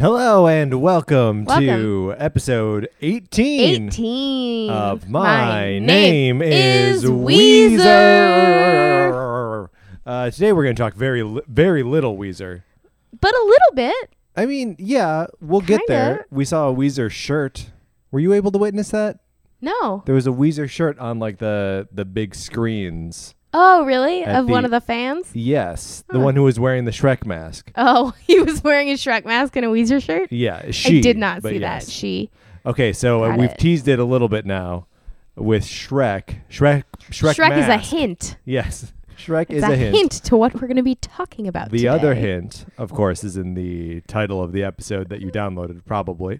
Hello and welcome, to Welcome. episode 18, 18 of My, Name, is Weezer. Uh, today we're going to talk very li- very little Weezer. But a little bit. I mean, yeah, we'll get there. Kinda. We saw a Weezer shirt. Were you able to witness that? No. There was a Weezer shirt on like the the big screens. Oh, really? At Of one the- of the fans? Yes, the Huh. one who was wearing the Shrek mask. Oh, he was wearing a Shrek mask and a Weezer shirt? Yeah, she. I did not but see yes. that. She. Okay, so uh, Got we've it. teased it a little bit now with Shrek. Shrek. Shrek. Shrek, is a mask. hint. Yes, Shrek It's is a, a hint. to what we're going to be talking about The other today. hint, of course, is in the title of the episode that you downloaded. Probably,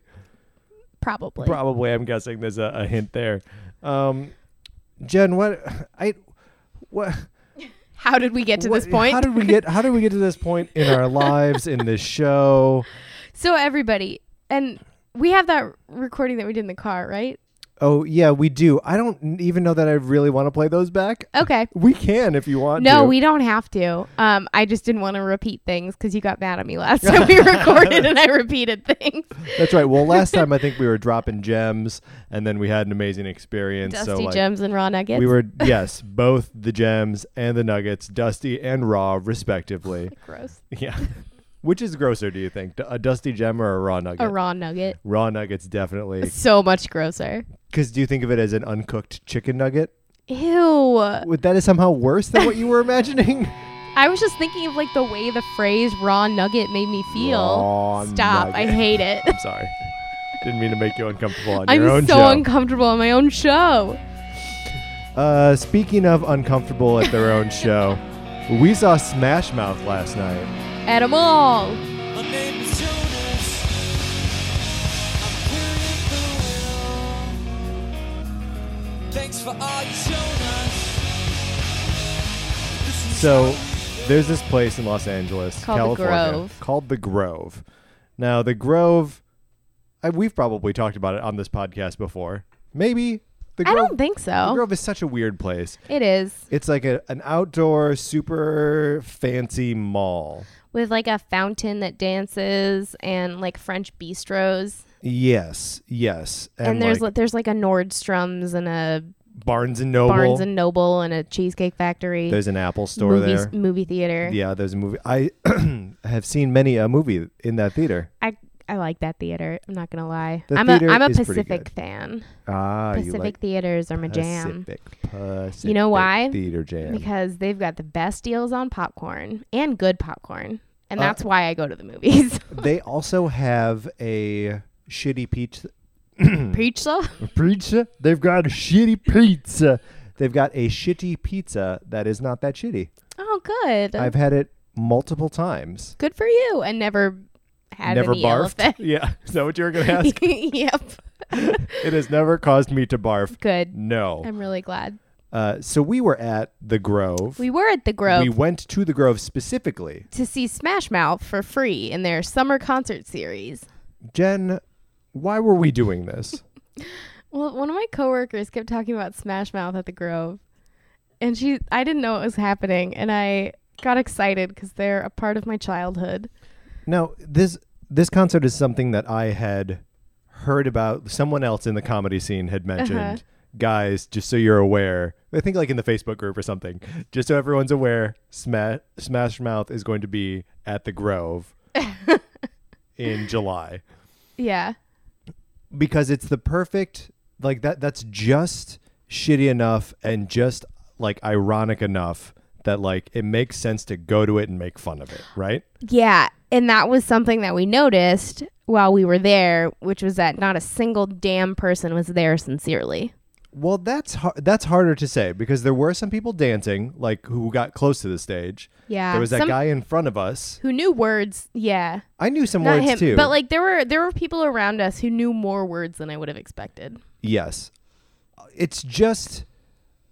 Probably. probably. I'm guessing there's a, a hint there. Um, Jen, what I what How did we get to what- this point? How did we get? How did we get to this point in our lives in this show? so, everybody, and we have that recording that we did in the car, right? Oh yeah, we do. I don't even know that I really want to play those back. Okay. We can if you want. No, to. we don't have to. Um, I just didn't want to repeat things because you got mad at me last time we recorded and I repeated things. That's right. Well, last time I think we were dropping gems, and then we had an amazing experience. Dusty so like, gems and raw nuggets. We were yes, both the gems and the nuggets, dusty and raw, respectively. gross. Yeah, which is grosser? Do you think D- a dusty gem or a raw nugget? A raw nugget. raw nuggets definitely. So much grosser. Because do you think of it as an uncooked chicken nugget? Ew. Would that is somehow worse than what you were imagining? I was just thinking of like the way the phrase raw nugget made me feel. Raw Stop. I nugget. hate it. I'm sorry. Didn't mean to make you uncomfortable on I'm your own so show. uncomfortable on my own show. uh, speaking of uncomfortable at their own show, we saw Smash Mouth last night. At a mall. My name is Jonas. I'm here at the wheel. Thanks for all you shown us. This is So there's this place in Los Angeles, Called The California, Grove. called the Grove. Now the Grove, I, we've probably talked about it on this podcast before. Maybe the I Grove. don't think the so. Grove is such a weird place. It is It's like a, an outdoor, super fancy mall. with like a fountain that dances and like French bistros. Yes, yes, and, and, there's like like, there's like a Nordstrom's and a Barnes and Noble. Barnes and Noble and a Cheesecake Factory. there's an Apple store movie, there. movie theater. Yeah, there's a movie. I have seen many a movie in that theater. I I like that theater. I'm not gonna lie. The I'm a theater I'm a is pretty Pacific good. fan. Ah, you Pacific like theaters are my jam Pacific, Pacific. You know why? Theater jam. because they've got the best deals on popcorn and good popcorn, and Uh, that's why I go to the movies. they also have a shitty pizza. hmm. Preach though. Pizza? They've got a shitty pizza. They've got a shitty pizza that is not that shitty. Oh, good. I've had it multiple times. good for you. And never had never any barfed. elephant. Yeah, is that what you were going to ask? yep. it has never caused me to barf. Good. No. I'm really glad Uh, so we were at the Grove. we were at the Grove We went to the Grove specifically. to see Smash Mouth for free in their summer concert series. Jen, why were we doing this? Well, one of my coworkers kept talking about Smash Mouth at the Grove, and she I didn't know what was happening, and I got excited because they're a part of my childhood. Now, this this concert is something that I had heard about. Someone else in the comedy scene had mentioned. Uh-huh. Guys, just so you're aware, I think like in the Facebook group or something. Just so everyone's aware, Sma- Smash Mouth is going to be at the Grove in July Yeah, because it's the perfect like that. That's just shitty enough and just like ironic enough that like it makes sense to go to it and make fun of it, right? yeah, and that was something that we noticed while we were there, which was that not a single damn person was there sincerely. Well, that's har- that's harder to say because there were some people dancing, like who got close to the stage. Yeah, there was that some- guy in front of us. Who knew words? Yeah, I knew some not words him, too. but like there were there were people around us who knew more words than I would have expected. yes, it's just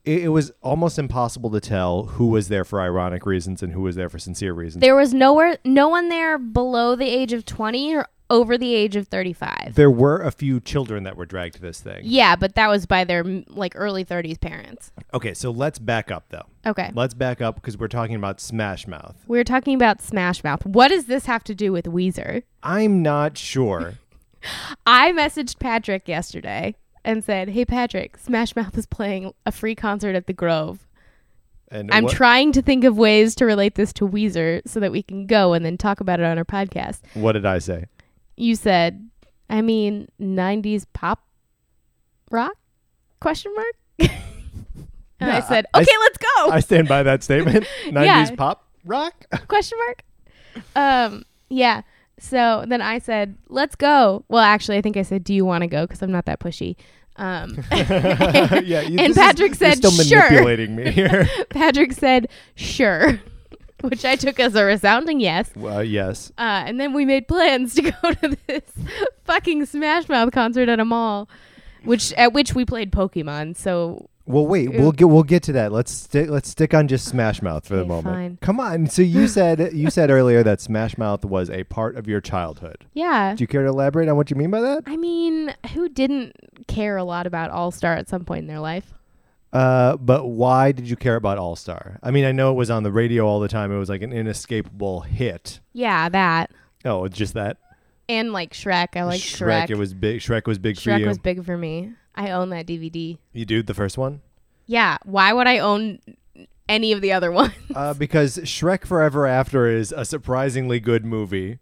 it, it was almost impossible to tell who was there for ironic reasons and who was there for sincere reasons. There was nowhere, no one there below the age of 20 or over the age of 35. There were a few children that were dragged to this thing. yeah, but that was by their mm, like early 30s parents. Okay, so let's back up though. Okay. Let's back up because we're talking about Smash Mouth. We are talking about Smash Mouth. What does this have to do with Weezer? I'm not sure. I messaged Patrick yesterday and said, "Hey Patrick, Smash Mouth is playing a free concert at the Grove. And I'm what- trying to think of ways to relate this to Weezer so that we can go and then talk about it on our podcast." What did I say? You said, "I mean, 90s pop rock?" question mark. and I Yeah, said, I- I "Okay, s- let's go." I stand by that statement. 90s Oh. Yeah. pop rock. question mark um yeah so then i said let's go well actually i think i said do you want to go because i'm not that pushy um yeah, you- And this is- Patrick said, you're still "Sure." manipulating me here. patrick said sure which i took as a resounding yes well, yes. uh, and then we made plans to go to this fucking smash mouth concert at a mall which at which we played pokemon so Well, wait. We'll get we'll get to that. Let's stick let's stick on just Smash Mouth for the Okay, moment. fine. Come on. So you said you said earlier that Smash Mouth was a part of your childhood. yeah Do you care to elaborate on what you mean by that? i mean who didn't care a lot about all star at some point in their life Uh, but why did you care about All Star? I mean, I know it was on the radio all the time. It was like an inescapable hit. yeah that Oh, it's just that and like shrek i like shrek, It was big. Shrek was big for Shrek you. was big for me. I own that DVD. you do the first one. Yeah, why would I own any of the other one? Uh, because Shrek Forever After is a surprisingly good movie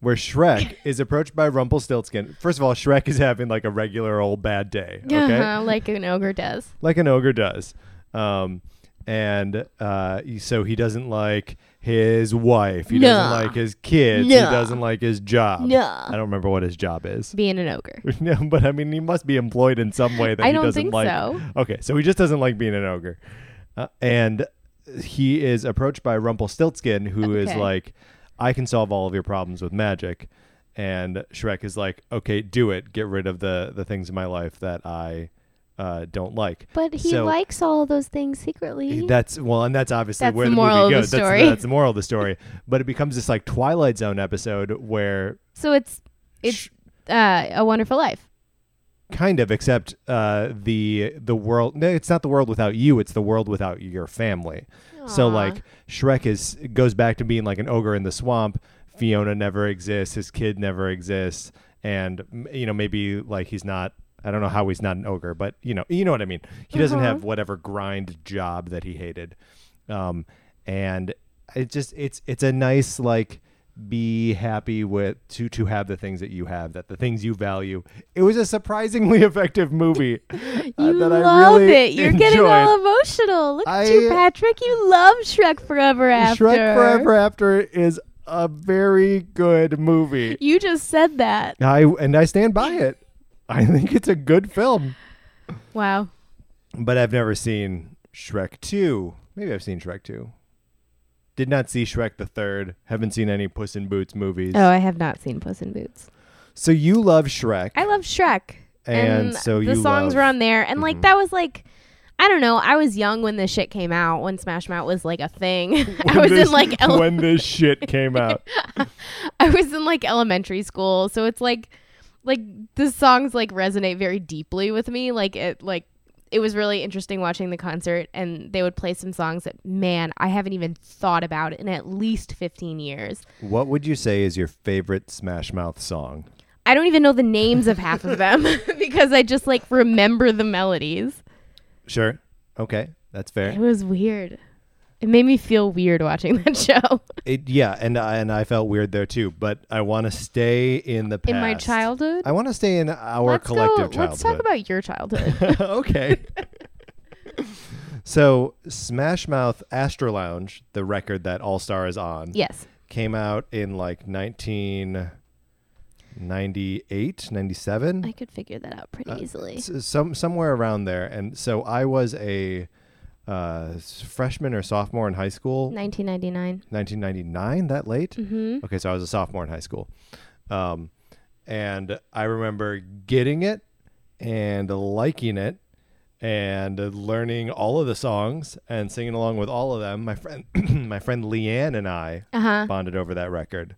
where Shrek is approached by Rumpelstiltskin. First of all, Shrek is having like a regular old bad day, okay? Uh-huh, like an ogre does. Like an ogre does. Um, and uh, he- so he doesn't like his wife. He doesn't Nah. like his kids. He Nah. doesn't like his job. Nah. I don't remember what his job is. Being an ogre. no, but I mean, he must be employed in some way that I he don't doesn't think like. so. Okay, so he just doesn't like being an ogre, uh, and he is approached by Rumpelstiltskin, who is Okay. like, "I can solve all of your problems with magic," and Shrek is like, "Okay, do it. Get rid of the the things in my life that I uh, don't like." But he So- likes all those things secretly. That's well, and that's obviously That's where the the, moral of movie the goes. that's, story. that's the moral of the story. But it becomes this like Twilight Zone episode where So it's it's uh, a wonderful life. kind of except uh the the world no it's not the world without you it's the world without your family so Aw. like shrek is goes back to being like an ogre in the swamp fiona never exists his kid never exists and m- you know maybe like he's not i don't know how he's not an ogre but you know you know what i mean he doesn't Uh-huh. have whatever grind job that he hated um and it just it's it's a nice like be happy with to to have the things that you have that the things you value it was a surprisingly effective movie uh, you that love i really it. You're getting enjoyed. all emotional. Look at you, I- uh, Patrick. You love Shrek Forever After. shrek forever after is a very good movie You just said that. i and i stand by it i think it's a good film Wow. but i've never seen shrek 2 maybe i've seen shrek 2 did not see shrek the third haven't seen any puss in boots movies Oh, I have not seen Puss in Boots. so you love shrek I love Shrek. and, so the you songs love, Mm-hmm. were on there and like that was like I don't know. I was young when this shit came out, when Smash Mouth was like a thing. I When was this- in like ele- when this shit came out. I was in like elementary school, so it's like like the songs like resonate very deeply with me. Like it like it was really interesting watching the concert and they would play some songs that man, I haven't even thought about in at least 15 years. What would you say is your favorite Smash Mouth song? I don't even know the names of half of them because I just like remember the melodies. Sure. Okay, that's It fair. was weird. It made me feel weird watching that show It, yeah, and I and I felt weird there too, but I want to stay in the past. in my childhood. I want to stay in our let's collective go, Let's talk childhood. about your childhood. okay. so, Smash Mouth Astro Lounge, the record that All Star is on, yes. came out in like 1998, 97. I could figure that out pretty easily. Uh, S- some somewhere around there. And so I was a uh, s- freshman or sophomore in high school, 1999. 1999. That late? Mm-hmm. Okay, so I was a sophomore in high school, um, and I remember getting it and liking it and learning all of the songs and singing along with all of them. My friend, my friend Leanne and I Uh-huh. bonded over that record.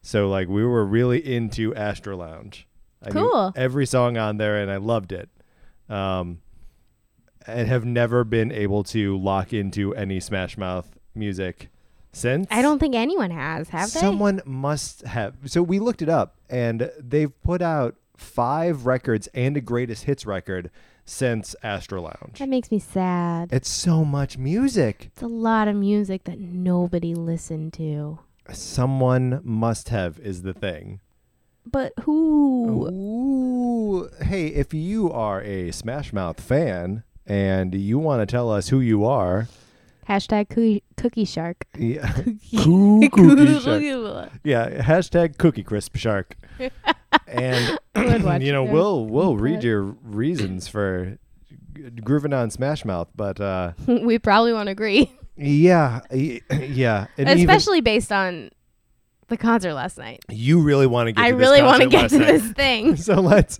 So like we were really into Astro Lounge. I knew Cool. every song on there, and I loved it. Um, and have never been able to lock into any Smash Mouth music since. I don't think anyone has, have they? Someone must have. So we looked it up, and they've put out five records and a greatest hits record since Astro Lounge. that makes me sad. It's so much music. It's a lot of music that nobody listened to. Someone must have is the thing. But Oh. who? Ooh. Hey, if you are a Smash Mouth fan and you want to tell us who you are, Hashtag cookie, cookie shark. yeah, Coo- cookie shark. Good Yeah, hashtag Cookie Crisp Shark. And watch. you know, Yeah. we'll we'll read But- your reasons for g- grooving on Smash Mouth, but uh, we probably won't agree, yeah, y- yeah, and even- especially based on the concert last night. you really want to get. I to this really want to concert last get to night. this thing. so let's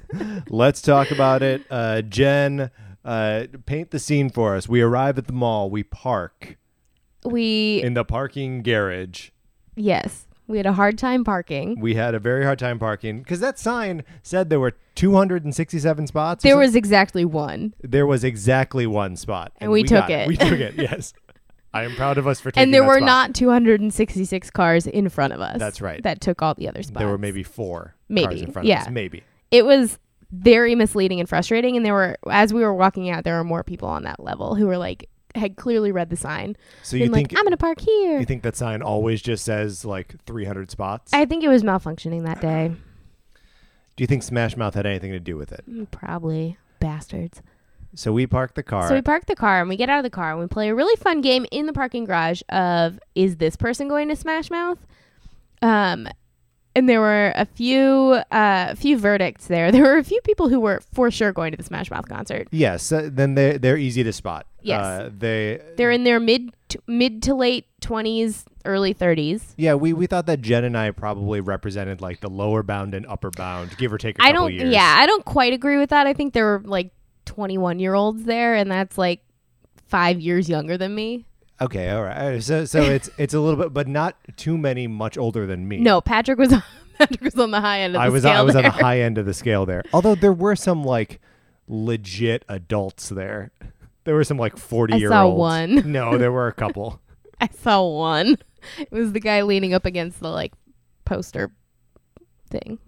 let's talk about it. Uh, Jen, uh, paint the scene for us. We arrive at the mall. We park We in the parking garage. yes, we had a hard time parking. We had a very hard time parking because that sign said there were 267 spots. or There something. was exactly one, there was exactly one spot, and, we got took it. We took it. Yes, I am proud of us for taking. and there that were spot. not 266 cars in front of us. That's right. That took all the other spots. There were maybe four cars Maybe, in front yeah. of us. Maybe. it was very misleading and frustrating. And there were, as we were walking out, there were more people on that level who were like, had clearly read the sign. So and you like, think I'm going to park here. you think that sign always just says like 300 spots? I think it was malfunctioning that day. Do you think Smash Mouth had anything to do with it? Mm, Probably. Bastards. So we parked the car. So we park the car and we get out of the car and we play a really fun game in the parking garage of is this person going to Smash Mouth? Um, and there were a few uh, few verdicts there. There were a few people who were for sure going to the Smash Mouth concert. Yes, uh, then they they're easy to spot. Yes. Uh, they They're in their mid to, mid to late twenties, early thirties. yeah, we, we thought that Jen and I probably represented like the lower bound and upper bound, give or take a I couple don't. years. Yeah, I don't quite agree with that. I think there were like twenty one year olds there, and that's like five years younger than me. Okay, all right. Uh, So so it's it's a little bit but not too many much older than me. No, Patrick was on, Patrick was on the high end of the I was scale I was on there. the high end of the scale there. Although there were some like legit adults there. There were some like 40 I year saw olds. one. No, there were a couple. I saw one. It was the guy leaning up against the like poster thing.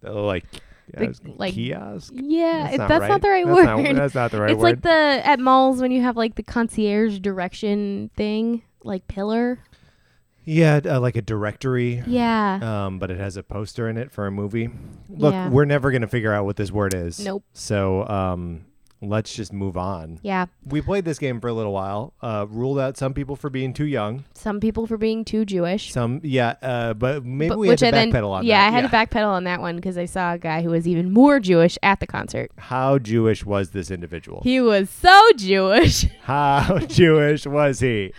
They were, like The- yeah, like like- kiosk. Yeah, That's it- not that's right. not the right That's word. not- that's not the right it's word. like the at malls when you have like the concierge direction thing, like pillar. yeah, uh, like a directory. Yeah. um, but it has a poster in it for a movie. Look, Yeah. we're never going to figure out what this word is. Nope. So um, let's just move on. yeah. We played this game for a little while, uh, ruled out some people for being too young. Some people for being too Jewish. Some, yeah, uh, but maybe But- we had to I then- backpedal on yeah, that. I had to backpedal on that one because I saw a guy who was even more Jewish at the concert. How Jewish was this individual? He was so Jewish. How Jewish was he?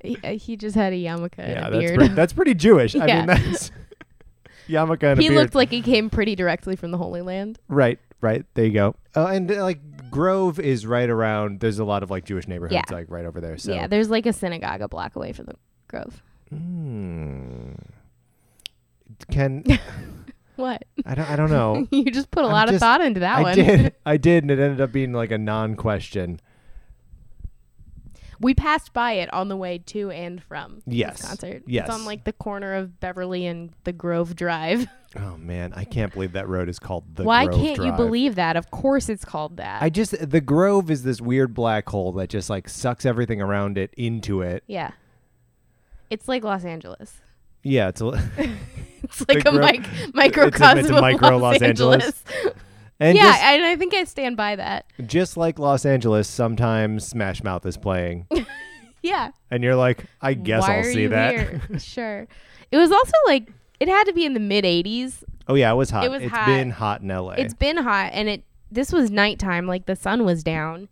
he, uh, he just had a yarmulke yeah, and a that's beard. pretty, that's pretty Jewish. I Yeah. mean, that's yarmulke and a he beard. looked like he came pretty directly from the Holy Land. Right, right. There you go. Uh, and uh, like Grove is right around. There's a lot of like Jewish neighborhoods Yeah. like right over there. So Yeah, there's like a synagogue a block away from the Grove. Hmm. Can What? I don't I don't know. you just put a I'm lot just- of thought into that I one. did I did and it ended up being like a non-question. We passed by it on the way to and from this Yes. concert. Yes. It's on like the corner of Beverly and the Grove Drive. Oh man, I can't believe that road is called the Why Grove can't you Drive. believe that? Of course it's called that. I just the Grove is this weird black hole that just like sucks everything around it into it. yeah. It's like Los Angeles. Yeah, it's a, It's like a Gro- mic- microcosm it's a of micro Los, Los Angeles. Angeles. and yeah, just, and I think I stand by that. just like Los Angeles, sometimes Smash Mouth is playing, Yeah. and you're like, I guess Why I'll are see you that. Here? sure. It was also like it had to be in the mid 80s. Oh yeah, it was hot. It was has hot. been hot in LA. It's been hot and it this was nighttime like the sun was down.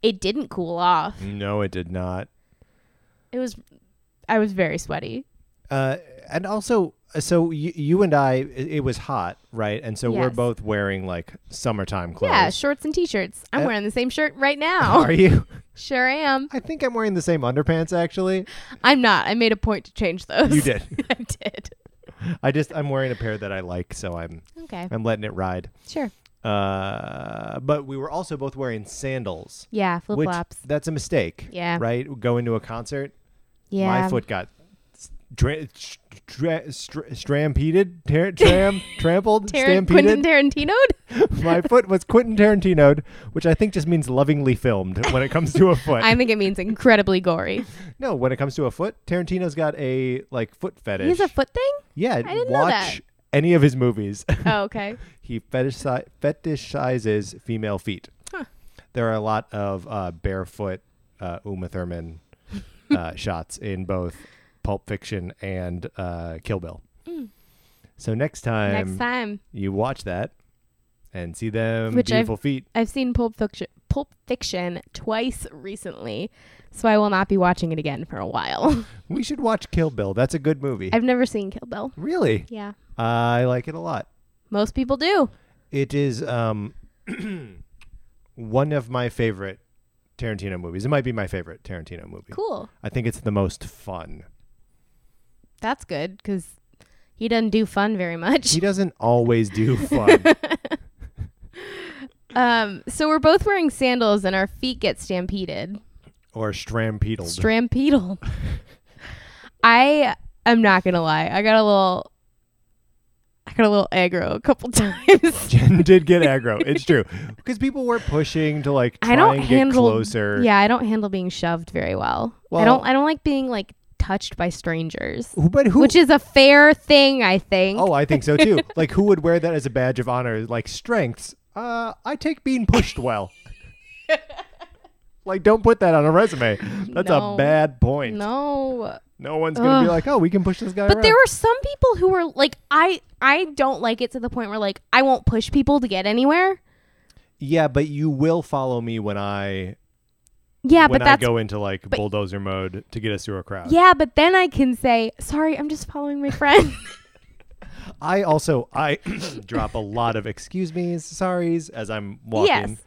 It didn't cool off. no, it did not. It was I was very sweaty. Uh, and also, so you, you and I, i- it was hot, right? And so we're Yes. both wearing like summertime clothes. Yeah, shorts and t-shirts. I'm Uh, wearing the same shirt right now. Are you? Sure am. I think I'm wearing the same underpants actually. I'm not. I made a point to change those. You did. Uh, I did. I just I'm wearing a pair that I like, so I'm Okay. I'm letting it ride. Sure. Uh, but we were also both wearing sandals, Yeah, flip which flops. that's a mistake. Yeah. right. Going to a concert, Yeah. my foot got dra- dra- str- strampeded, ter- tram, trampled, Tar- stampeded. Quentin Tarantino? my foot was Quentin Tarantino'd, which I think just means lovingly filmed when it comes to a foot. I think it means incredibly gory. no, when it comes to a foot, Tarantino's got a like foot fetish. He has a foot thing? yeah, didn't know watch any of his movies. Oh, okay. he fetishi- fetishizes female feet. There are a lot of uh, barefoot uh, Uma Thurman uh, shots in both Pulp Fiction and uh, Kill Bill. So next time, Mm. Next time. you watch that and see them Which I've- beautiful feet. I've seen Pulp Fiction, Pulp Fiction twice recently, so I will not be watching it again for a while. We should watch Kill Bill. That's a good movie. I've never seen Kill Bill. really, Yeah. I like it a lot. Most people do. It is um, one of my favorite Tarantino movies. It might be my favorite Tarantino movie. Cool. I think it's the most fun. That's good because he doesn't do fun very much. He doesn't always do fun. Um, so we're both wearing sandals and our feet get stampeded, or strampedled. stampeded. I am not gonna lie, I got a little, I got a little aggro a couple times. Jen did get aggro. It's true. Because people were pushing to like try I don't and handle get closer. Yeah, I don't handle being shoved very well. I Well- don't. I don't like being like touched by strangers, Who- But who? which is a fair thing, I think. oh, I think so too. like who would wear that as a badge of honor? Like strengths. Uh, I take being pushed well. like don't put that on a resume. That's No. a bad point. No, no. one's gonna be Ugh. like, oh, we can push this guy. But around. there were some people who were like, I I don't like it to the point where like I won't push people to get anywhere. yeah, but you will follow me when I Yeah, when but I that's go into like but- bulldozer mode to get us through a crowd. yeah, but then I can say sorry, I'm just following my friend. I also I drop a lot of excuse me's, sorries as I'm walking. yes,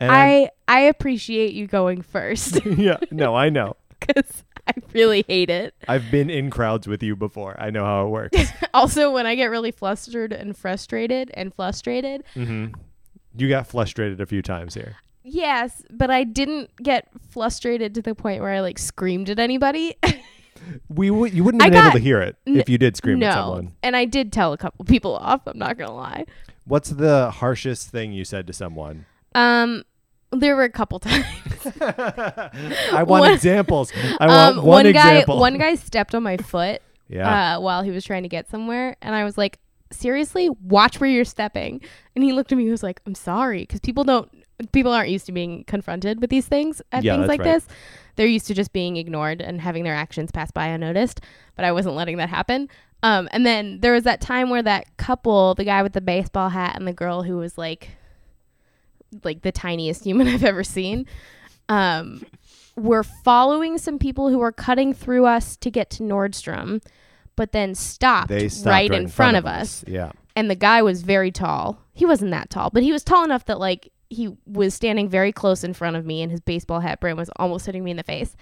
And I'm- I I appreciate you going first yeah, no, I know. because I really hate it. I've been in crowds with you before. I know how it works. Also, when I get really flustered and frustrated and frustrated, Mm-hmm. you got frustrated a few times here. Yes, but I didn't get frustrated to the point where I like screamed at anybody. We w- you wouldn't have I been able got- to hear it n- if you did scream at no. someone. And I did tell a couple people off, I'm not going to lie. What's the harshest thing you said to someone? Um there were a couple times. I want One- examples. I want Um, one, one guy example. one guy stepped on my foot yeah. uh, while he was trying to get somewhere and I was like, "Seriously? Watch where you're stepping." And he looked at me he was like, "I'm sorry" cuz people don't people aren't used to being confronted with these things at Yeah, things that's like right. this. They're used to just being ignored and having their actions pass by unnoticed, but I wasn't letting that happen. Um, and then there was that time where that couple, the guy with the baseball hat and the girl who was like like the tiniest human I've ever seen, um, were following some people who were cutting through us to get to Nordstrom, but then stopped, they stopped right, in front, of us. Yeah. And the guy was very tall. He wasn't that tall, but he was tall enough that like he was standing very close in front of me and his baseball hat brim was almost hitting me in the face.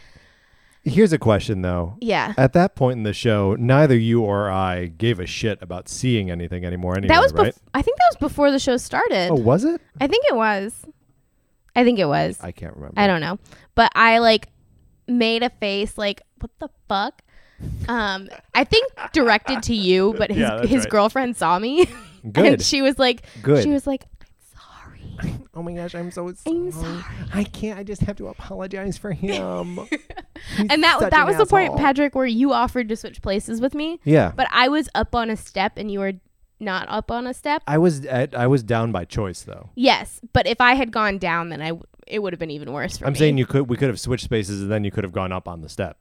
Here's a question though. Yeah. At that point in the show, neither you or I gave a shit about seeing anything anymore. Anyway, that was right? bef- I think that was before the show started. Oh, was it? I think it was. I think it was. I can't remember. I don't know. But I like made a face like, what the fuck? Um, I think directed to you, but his, Yeah, that's his right. girlfriend saw me and Good. she was like, Good. she was like, I'm sorry. oh my gosh, I'm so I'm sorry. I can't. I just have to apologize for him. And that such that an was the point, asshole. Patrick, where you offered to switch places with me, yeah, but I was up on a step and you were not up on a step. I was at, I was down by choice though. yes, but if I had gone down, then I w- it would have been even worse for I'm me. saying you could we could have switched spaces and then you could have gone up on the step.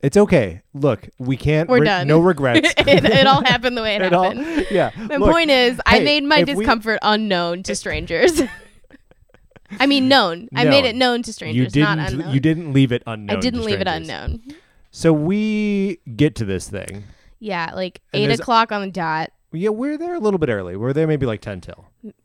It's okay. Look, we can't. We're re- done. No regrets. it, it all happened the way it, At all. happened. Yeah. The Look, point is, I hey, made my if we- discomfort unknown to strangers. I mean, known. I made it known to you strangers, not didn't. unknown. You didn't leave it unknown. to I didn't leave it strangers. unknown. So we get to this thing. Yeah, like And eight there's- o'clock on the dot. Yeah, we're there a little bit early. We're there maybe like ten till.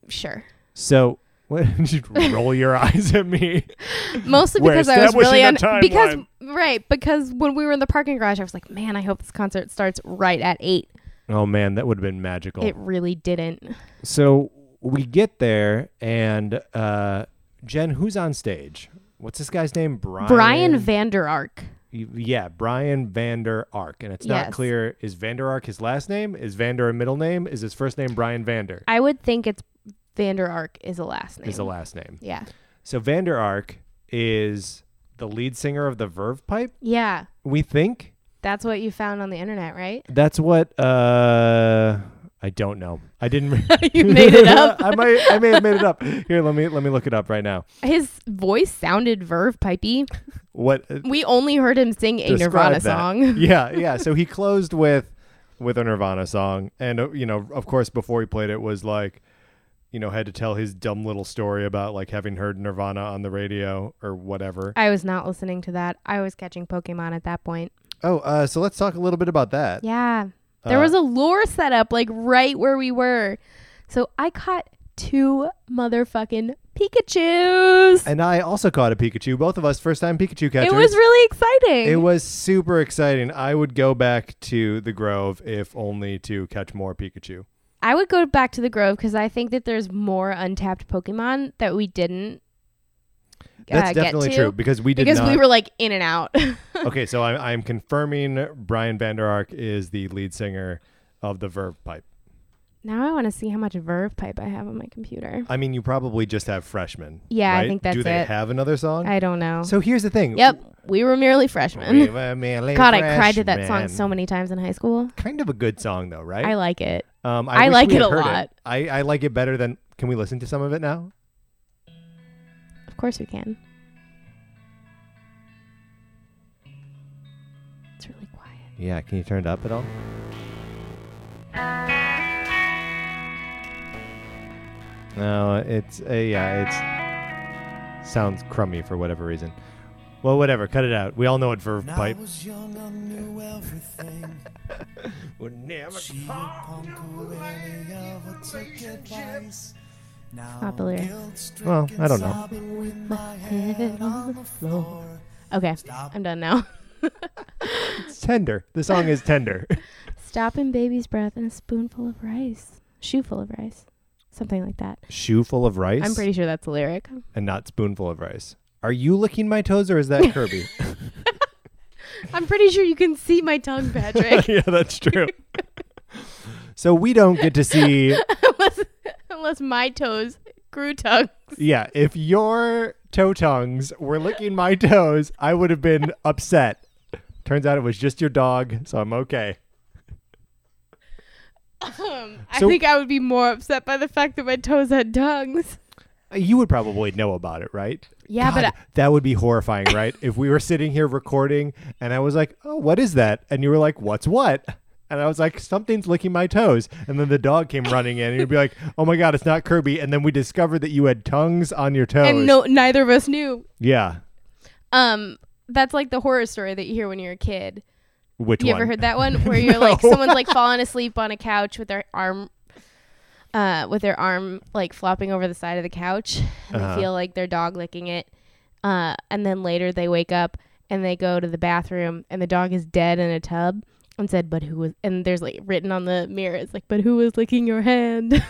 Sure. So What? you roll your eyes at me. Mostly We're because I was really un- establishing a because timeline. right because when we were in the parking garage, I was like, man, I hope this concert starts right at eight. Oh man, that would have been magical. It really didn't. so we get there, and uh, Jen, who's on stage? What's this guy's name? Brian. Brian Vander Ark. yeah, Brian Vander Ark, and it's not Yes. clear is Vander Ark his last name? Is Vander a middle name? Is his first name Brian Vander? I would think it's Vander Ark is a last name. Is the last name. yeah, So Vander Ark is the lead singer of the Verve Pipe. yeah. We think That's what you found on the internet, right? that's what. uh I don't know. I didn't. re- You made it up. I might. I may have made it up. Here, let me let me look it up right now. His voice sounded Verve pipey. What uh, We only heard him sing a describe Nirvana that. song. yeah, yeah. So he closed with with a Nirvana song, and uh, you know, of course, before he played it was like, you know, had to tell his dumb little story about like having heard Nirvana on the radio or whatever. I was not listening to that. I was catching Pokemon at that point. Oh, uh, so let's talk a little bit about that. Yeah. There Uh. was a lure set up like right where we were. So I caught two motherfucking Pikachus. And I also caught a Pikachu. Both of us first time Pikachu catchers. it was really exciting. It was super exciting. I would go back to the Grove if only to catch more Pikachu. I would go back to the Grove because I think that there's more untapped Pokemon that we didn't. That's uh, definitely get to true because we did Because not. we were like in and out. okay, so I'm, I'm confirming Brian Vander Ark is the lead singer of the Verve Pipe. now I want to see how much Verve Pipe I have on my computer. I mean, you probably just have freshmen. Yeah, I right? think that's Do they it. have another song? I don't know. Oh. so here's the thing. yep, we were merely freshmen. We were merely God, I cried to that song freshmen. so many times in high school. Kind of a good song though, right? I like it. um, I wish like we it had a heard lot. I, I like it better than. Can we listen to some of it now? Of course we can. It's really quiet. Yeah. Can you turn it up at all? No, it's uh, yeah, it's sounds crummy for whatever reason. Well, whatever, cut it out. We all know it for When pipe. I was young, I knew everything. She a punk who really overtook advice. Now Popular. Well, I don't know. sobbing with my head on the floor. Okay, I'm done now. It's tender. The song is tender. Stopping baby's breath and a spoonful of rice, shoe full of rice, something like that. Shoe full of rice. I'm pretty sure that's the lyric. and not spoonful of rice. Are you licking my toes or is that Kirby? I'm pretty sure you can see my tongue, Patrick. yeah, that's true. so we don't get to see. unless, unless my toes grew tongue. Yeah, if your toe tongues were licking my toes, I would have been upset. Turns out it was just your dog, so I'm okay. I So- think Um, I would be more upset by the fact that my toes had tongues. You would probably know about it, right? Yeah, but God, that would be horrifying, right? if we were sitting here recording and I was like, "Oh, what is that?" and you were like, "What's what?" and I was like, "Something's licking my toes," and then the dog came running in, and you'd be like, "Oh my god, it's not Kirby!" and then we discovered that you had tongues on your toes. and no, neither of us knew. yeah, Um, that's like the horror story that you hear when you're a kid. which You one? ever heard that one where you're like No. someone's like falling asleep on a couch with their arm, uh, with their arm like flopping over the side of the couch, and Uh-huh. they feel like their dog licking it, uh, and then later they wake up and they go to the bathroom and the dog is dead in a tub and said, "But who was?" And there's like written on the mirror, it's like, "But who was licking your hand?"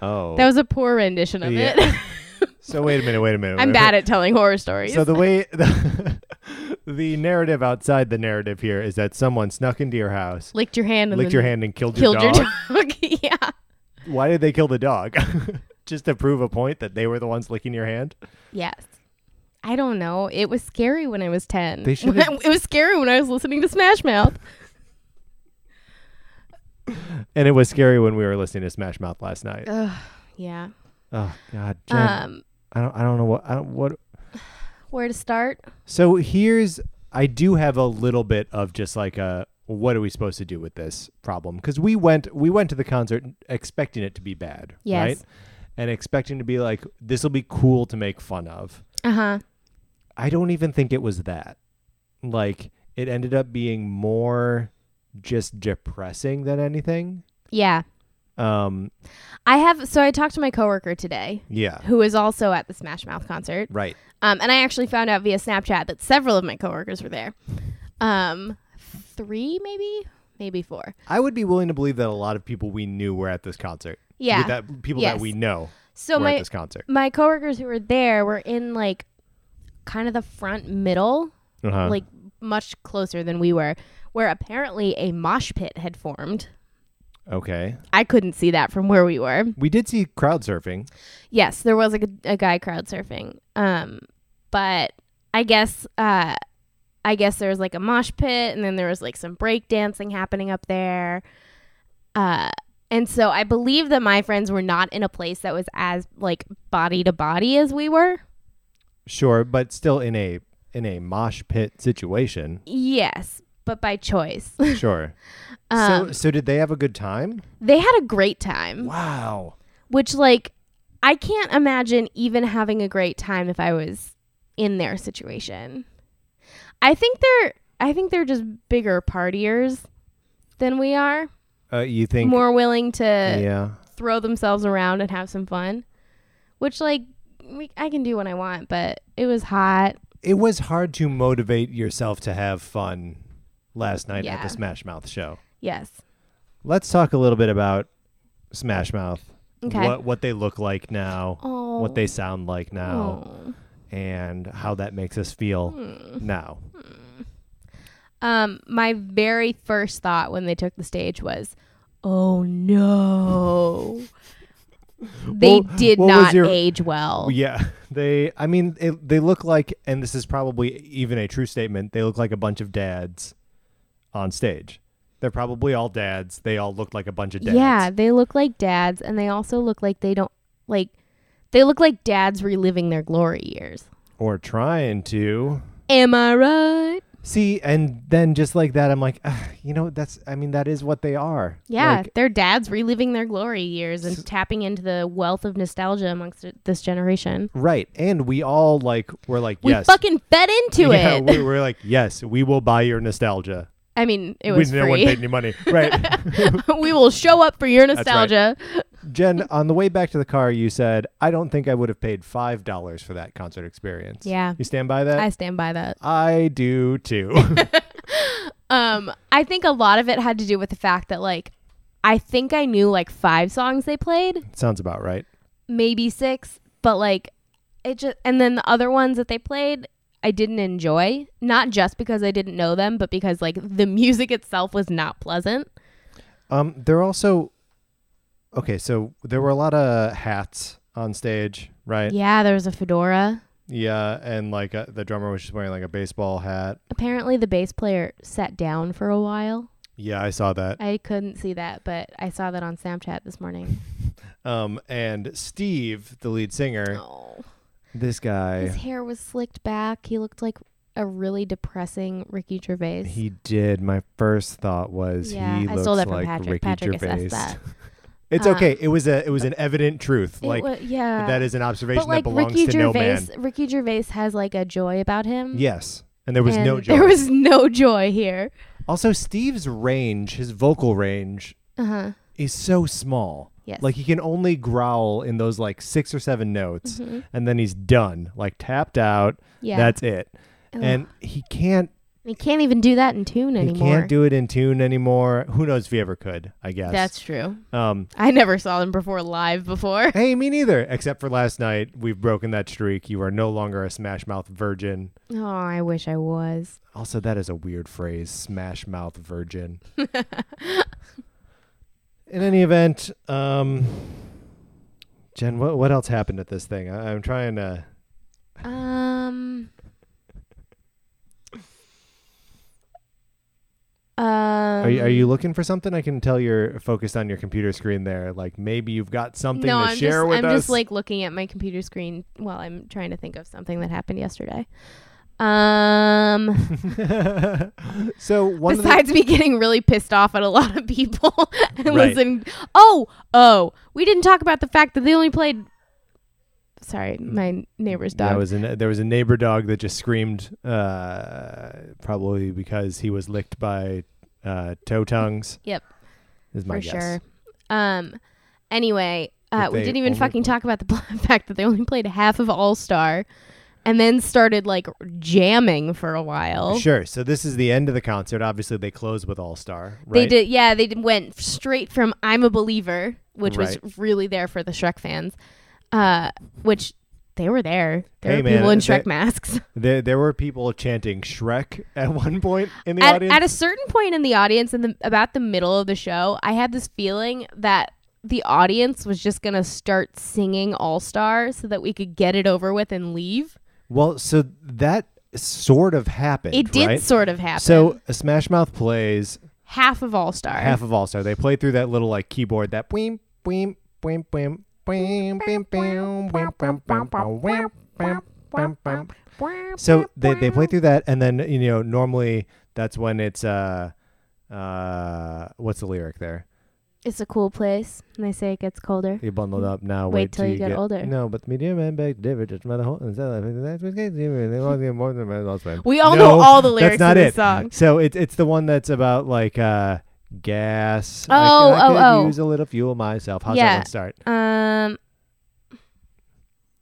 Oh, that was a poor rendition of Yeah. it. so wait a minute, wait a minute. I'm wait a minute. bad at telling horror stories. So the way the, the narrative outside the narrative here is that someone snuck into your house, licked your hand and licked then your hand, and killed, killed your dog. your dog. yeah. Why did they kill the dog? Just to prove a point that they were the ones licking your hand. Yes. I don't know. It was scary when I was 10. They should've- it was scary when I was listening to Smash Mouth. And it was scary when we were listening to Smash Mouth last night. Yeah. Oh God, Jen, Uh, Um, I don't, I don't know what, I don't what. where to start? So here's, I do have a little bit of just like a, what are we supposed to do with this problem? Because we went, we went to the concert expecting it to be bad, Yes. right? And expecting to be like, this will be cool to make fun of. Uh-huh. I don't even think it was that. Like it ended up being more just depressing than anything. Yeah. Um, I have so I talked to my coworker today yeah, who is also at the Smash Mouth concert. right. Um, and I actually found out via Snapchat that several of my coworkers were there. Um, three maybe, maybe four. I would be willing to believe that a lot of people we knew were at this concert. Yeah. With that people that Yes. we know So were at my this concert. my coworkers who were there were in like kind of the front middle, Uh-huh. like much closer than we were, where apparently a mosh pit had formed. okay, I couldn't see that from where we were. we did see crowd surfing. Yes, there was like a, a guy crowd surfing. Um, but I guess uh, I guess there was like a mosh pit, and then there was like some break dancing happening up there. Uh, and so I believe that my friends were not in a place that was as like body to body as we were. Sure, but still in a in a mosh pit situation. Yes, but by choice. Sure. um, so so did they have a good time? they had a great time, Wow. which like I can't imagine even having a great time if I was in their situation. I think they're I think they're just bigger partiers than we are, Uh, you think? more willing to yeah. throw themselves around and have some fun. Which like we, I can do what I want, but it was hot. It was hard to motivate yourself to have fun last night at Yeah. the Smash Mouth show. Yes. Let's talk a little bit about Smash Mouth. Okay. What what they look like now, Oh. what they sound like now, Oh. Hmm. and how that makes us feel now. Um, my very first thought when they took the stage was, "Oh no." They Well, did what was not your- age well. Yeah, they. I mean, it, they look like, and this is probably even a true statement. They look like a bunch of dads on stage. They're probably all dads. They all look like a bunch of dads. Yeah, they look like dads, and they also look like they don't like. They look like dads reliving their glory years. or trying to. Am I right? See, and then just like that, I'm like, "Ah, you know, that's. I mean, that is what they are. Yeah, Like, their dads reliving their glory years and tapping into the wealth of nostalgia amongst this generation. right. And we all like. We're like, We yes. fucking fed into yeah, it. We, we're like, yes, we will buy your nostalgia. I mean, it we was no one paid free. any money, right? we will show up for your right. nostalgia. Jen, on the way back to the car, you said, I don't think I would have paid $5 for that concert experience. Yeah. You stand by that? I stand by that. I, do too. Um, I think a lot of it had to do with the fact that like I think I knew like five songs they played, Sounds about right. maybe six, but like it just and then the other ones that they played I didn't enjoy, not just because I didn't know them, but because like the music itself was not pleasant. Um, there are also, okay, so there were a lot of hats on stage, right? Yeah, there was a fedora. Yeah, and like uh the drummer was just wearing like a baseball hat. Apparently the bass player sat down for a while. Yeah, I saw that. I couldn't see that, but I saw that on Snapchat this morning. Um, and Steve, the lead singer, Oh. this His guy, hair was slicked back. He looked like a really depressing Ricky Gervais. he did. My first thought was Yeah, he I looks stole that from like Patrick. Ricky Patrick assessed Gervais. that. it's Um, okay. It was a it was an evident truth. It like wa- yeah, that is an observation but like that belongs Ricky to Gervais, mm, no man. Ricky Gervais has like a joy about him. Yes. And there was no and joy. There was no joy here. also, Steve's range, his vocal range, Uh huh. is so small. Yes. Like he can only growl in those like six or seven notes, and then he's done, like tapped out. Mm-hmm. Yeah. That's it. Ugh. And he can't. he can't even do that in tune He anymore. can't do it in tune anymore. Who knows if he ever could? I guess. That's true. Um. I never saw them before live before. Hey, me neither. Except for last night, we've broken that streak. You are no longer a Smash Mouth virgin. Oh, I wish I was. Also, that is a weird phrase, smash mouth virgin. In any event, um, Jen, what what else happened at this thing? I, I'm trying to. Um. Um, Are you, are you looking for something? I can tell you're focused on your computer screen there. Like maybe you've got something no, to I'm share just, with I'm us. just like looking at my computer screen while I'm trying to think of something that happened yesterday. Um, so one of the- besides me getting really pissed off at a lot of people and Right. listening. Oh, oh, we didn't talk about the fact that they only played. Sorry, my neighbor's Mm. That dog. was a, there was a neighbor dog that just screamed, uh, probably because he was licked by uh, toe tongues. Yep. is my for guess. sure. Um, anyway, uh, That we they didn't even only fucking play- talk about the fact that they only played half of All Star, and then started like jamming for a while. Sure. So this is the end of the concert. Obviously, they close with All Star. Right? They did, yeah. They did, went straight from "I'm a Believer," which was really there for the Shrek fans, uh, which they were there. There Hey, were man, people in they- Shrek masks. There, there were people chanting Shrek at one point in the at, audience. at a certain point in the audience, in the about the middle of the show, I had this feeling that the audience was just gonna start singing All Star so that we could get it over with and leave. well, so that sort of happened. It did right? sort of happen. So Smash Mouth plays half of All Star. half of All Star. They play through that little like keyboard that weem weem weem weem weem weem weem weem weem weem weem weem weem weem. So they they play through that, and then you know normally that's when it's uh uh what's the lyric there? It's a cool place, and they say it gets colder. You bundled up now. Wait Wait, till you get older. No, but medium and big David just met a whole. and so- they all get more than my last friend. We all No, know all the lyrics That's not of it. this song. So it's it's the one that's about like uh gas. I c- Oh, I could oh, oh. use a little fuel myself. How's that Yeah. one start? Um,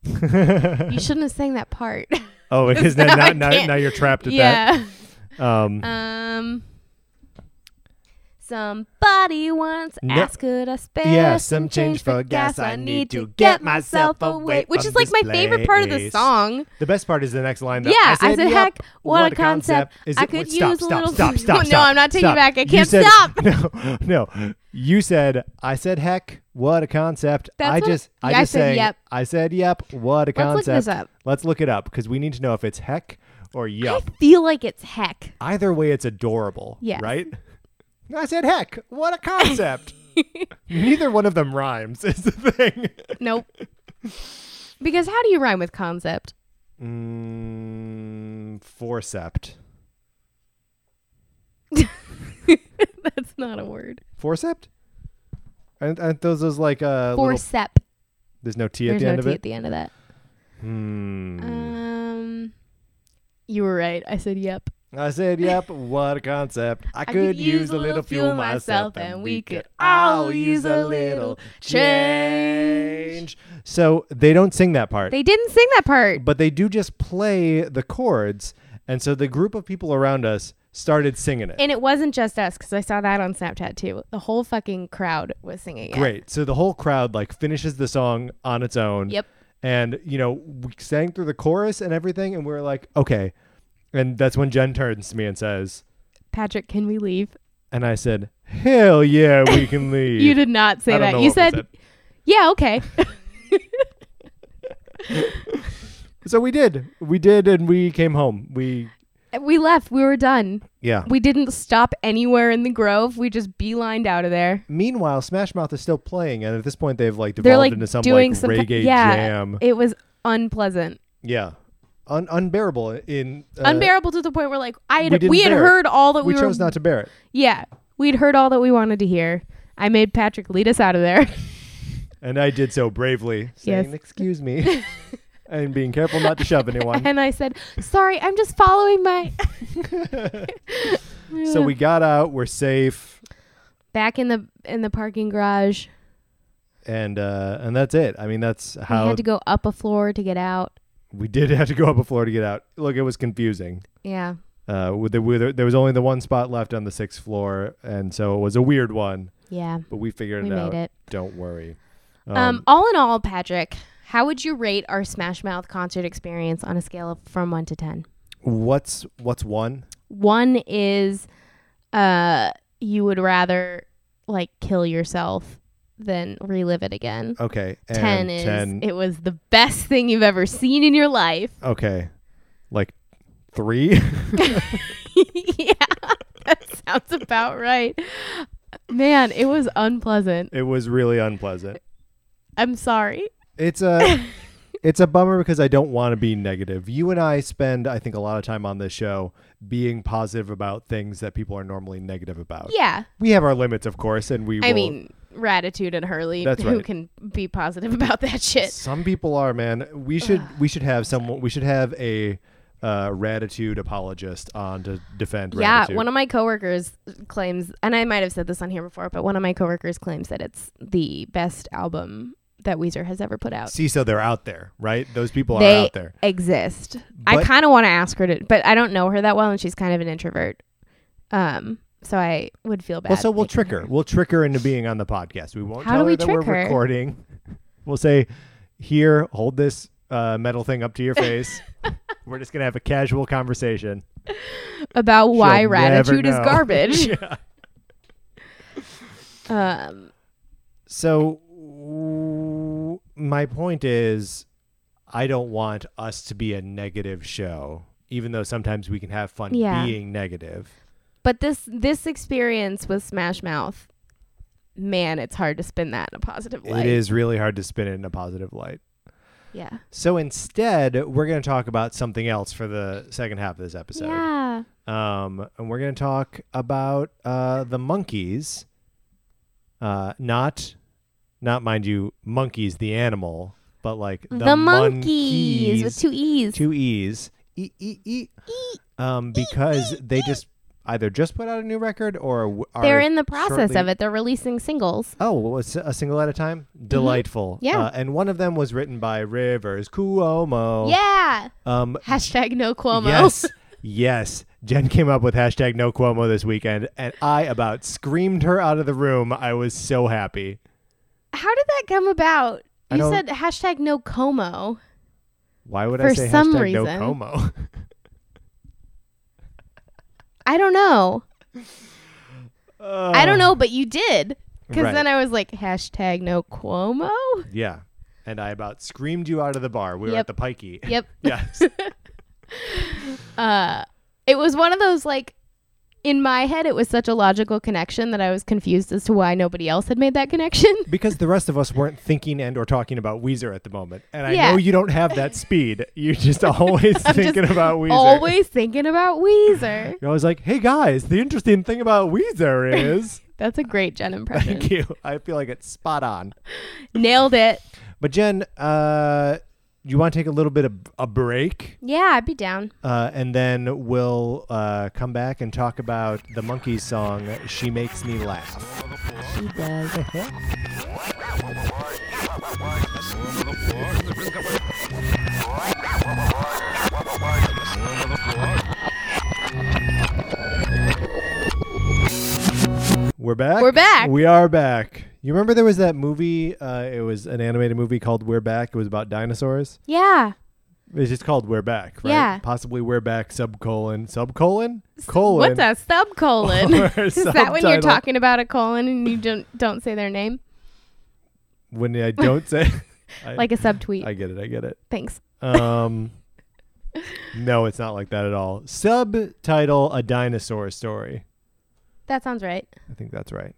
oh, you shouldn't have sang that part. because now, Now I now, now, can't. now you're trapped at yeah. that. Um, Um. Somebody once No. asked, "Could I spare Yeah, some some change change for for gas? gas. I need to get myself away." Which from is like my this favorite part of the place. song. the best part is the next line. Though. Yeah, I said, "Yup, heck, what a concept. Is I it- could wait, stop, use a stop, little- Stop, stop, No, stop, I'm not taking stop. it back. I You can't said- stop. No, no. You said, I said, heck, what a concept. That's I what- just, I yeah, I just said, sang, yep. I said, yep, what a Let's look concept. this up. Let's look it up because we need to know if it's heck or I yup. feel like it's heck. Either way, it's adorable. Yes. Right? I said, heck, what a concept. Neither one of them rhymes, is the thing. Nope. because how do you rhyme with concept? Mm, forcept. That's not a word. Forcept? Aren't, aren't those those like uh, little- Forcep. there's no T at There's the no end of t it? at the end of that. Hmm. Um, you were right. I said yep. I said, "Yep, what a concept! I, could, use, a little fuel myself, and we could all use a little change." So they don't sing that part, They didn't sing that part. but they do just play the chords, and so the group of people around us started singing it. And it wasn't just us because I saw that on Snapchat too. The whole fucking crowd was singing it. Great. So the whole crowd like finishes the song on its own. Yep. And you know, we sang through the chorus and everything, and we were like, "Okay." And that's when Jen turns to me and says, Patrick, can we leave? and I said, "Hell yeah, we can leave." You did not say I don't know that. You what we said, yeah, okay. So we did. We did, and we came home. We we left. We were done. yeah. We didn't stop anywhere in the Grove. We just beelined out of there. Meanwhile, Smash Mouth is still playing, and at this point, they've like They're devolved like into some doing like some ki- reggae yeah. jam. It was unpleasant. yeah, Un- unbearable. In uh, Unbearable to the point where like I we had didn't we had bear it. heard all that We, we, were chose not to bear it. Yeah. We'd heard all that we wanted to hear. I made Patrick lead us out of there. And I did so bravely, saying, Yes. "Excuse me," and being careful not to shove anyone. and I said, "Sorry, I'm just following my so we got out. We're safe, back in the in the parking garage. and uh, and that's it. I mean, that's we how had to go up a floor to get out. we did have to go up a floor to get out. Look, it was confusing. Yeah, Uh, with the, with the, there was only the one spot left on the sixth floor, and so it was a weird one, yeah, but we figured we it out. made it. Don't worry. Um, Um, all in all, Patrick, how would you rate our Smash Mouth concert experience on a scale of from one to ten? what's what's one? One is, uh, you would rather like kill yourself than relive it again. Okay, Uh, and ten is it was the best thing you've ever seen in your life. okay, like three. yeah, that sounds about right. Man, it was unpleasant. it was really unpleasant. I'm sorry. It's a it's a bummer because I don't want to be negative. You and I spend, I think, a lot of time on this show being positive about things that people are normally negative about. Yeah, We have our limits, of course, and we. I will- mean, Ratitude and Hurley, That's who right. can be positive about that shit. Some people are, man. We should we should have someone. We should have a uh, ratitude apologist on to defend. Yeah, ratitude. one of my coworkers claims, and I might have said this on here before, but one of my coworkers claims that it's the best album that Weezer has ever put out. See, so they're out there, right? Those people They are out there. exist. I But- kind of want to ask her to, but I don't know her that well, and she's kind of an introvert. Um, so I would feel bad. Well, so we'll picking trick her. We'll trick her into being on the podcast. We won't How tell do her we that we're trick her? recording. We'll say, "Here, hold this uh, metal thing up to your face." we're just gonna have a casual conversation. about why She'll never ratitude is know. garbage. Yeah. um, So w- my point is, I don't want us to be a negative show, even though sometimes we can have fun Yeah. being negative. but this this experience with Smash Mouth, man, it's hard to spin that in a positive light. It is really hard to spin it in a positive light. Yeah. So instead, we're going to talk about something else for the second half of this episode. Yeah. Um, and we're going to talk about uh, the monkeys. Uh, not, not mind you, monkeys the animal, but like the, The, monkeys, monkeys. with two e's. two e's e e e, E, um, because they just either just put out a new record or w- are They're in the process shortly- of it. They're releasing singles. Oh, well, it's a single at a time. Delightful. Yeah. Uh, and one of them was written by Rivers Cuomo. Yeah. Um, Hashtag no Cuomo. Yes. Yes. Jen came up with hashtag no Cuomo this weekend, and I about screamed her out of the room. I was so happy. How did that come about? I you don't- said hashtag no Como. Why would I For say some hashtag no reason. Cuomo? I don't know. I don't know, but you did. Because Oh. Right. then I was like, hashtag no Cuomo? yeah. And I about screamed you out of the bar. We were Yep. at the Pikey. Yep. yes. Uh, it was one of those, like, in my head, it was such a logical connection that I was confused as to why nobody else had made that connection. Because the rest of us weren't thinking and or talking about Weezer at the moment. And I Yeah. know you don't have that speed. You're just always thinking about Weezer. Always thinking about Weezer. You're always like, hey guys, the interesting thing about Weezer is That's a great Jen impression. Thank you. I feel like it's spot on. Nailed it. But Jen, uh, you want to take a little bit of a break, Yeah, I'd be down. uh, and then we'll uh, come back and talk about the Monkeys song "She Makes Me Laugh." She does. We're back. We're back. We are back. You remember there was that movie? Uh, it was an animated movie called "We're Back." It was about dinosaurs. Yeah. It's just called "We're Back," right? Yeah. Possibly "We're Back" subcolon subcolon colon. What's a Or subcolon? Is that when you're subtitle. talking about a colon and you don't don't say their name? When I don't say, I- Like a subtweet. I get it. I get it. Thanks. Um, no, it's not like that at all. Subtitle: A Dinosaur Story. That sounds right. I think that's right.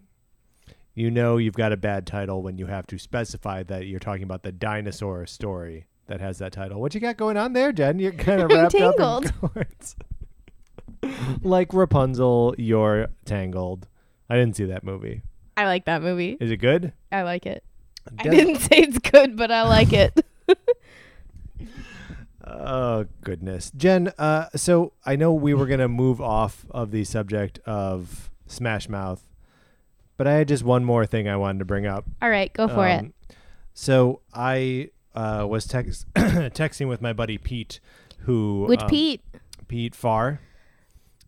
You know you've got a bad title when you have to specify that you're talking about the dinosaur story that has that title. What you got going on there, Jen? You're kind of I'm wrapped up in tangled. cords. like Rapunzel, you're tangled. I didn't see that movie. I like that movie. Is it good? I like it. I Does- didn't say it's good, but I like it. Oh goodness, Jen. Uh, so I know we were gonna move off of the subject of Smash Mouth, but I had just one more thing I wanted to bring up. All right, go for it. Um, So I uh, was text- texting with my buddy Pete, who Which um, Pete? Pete Farr.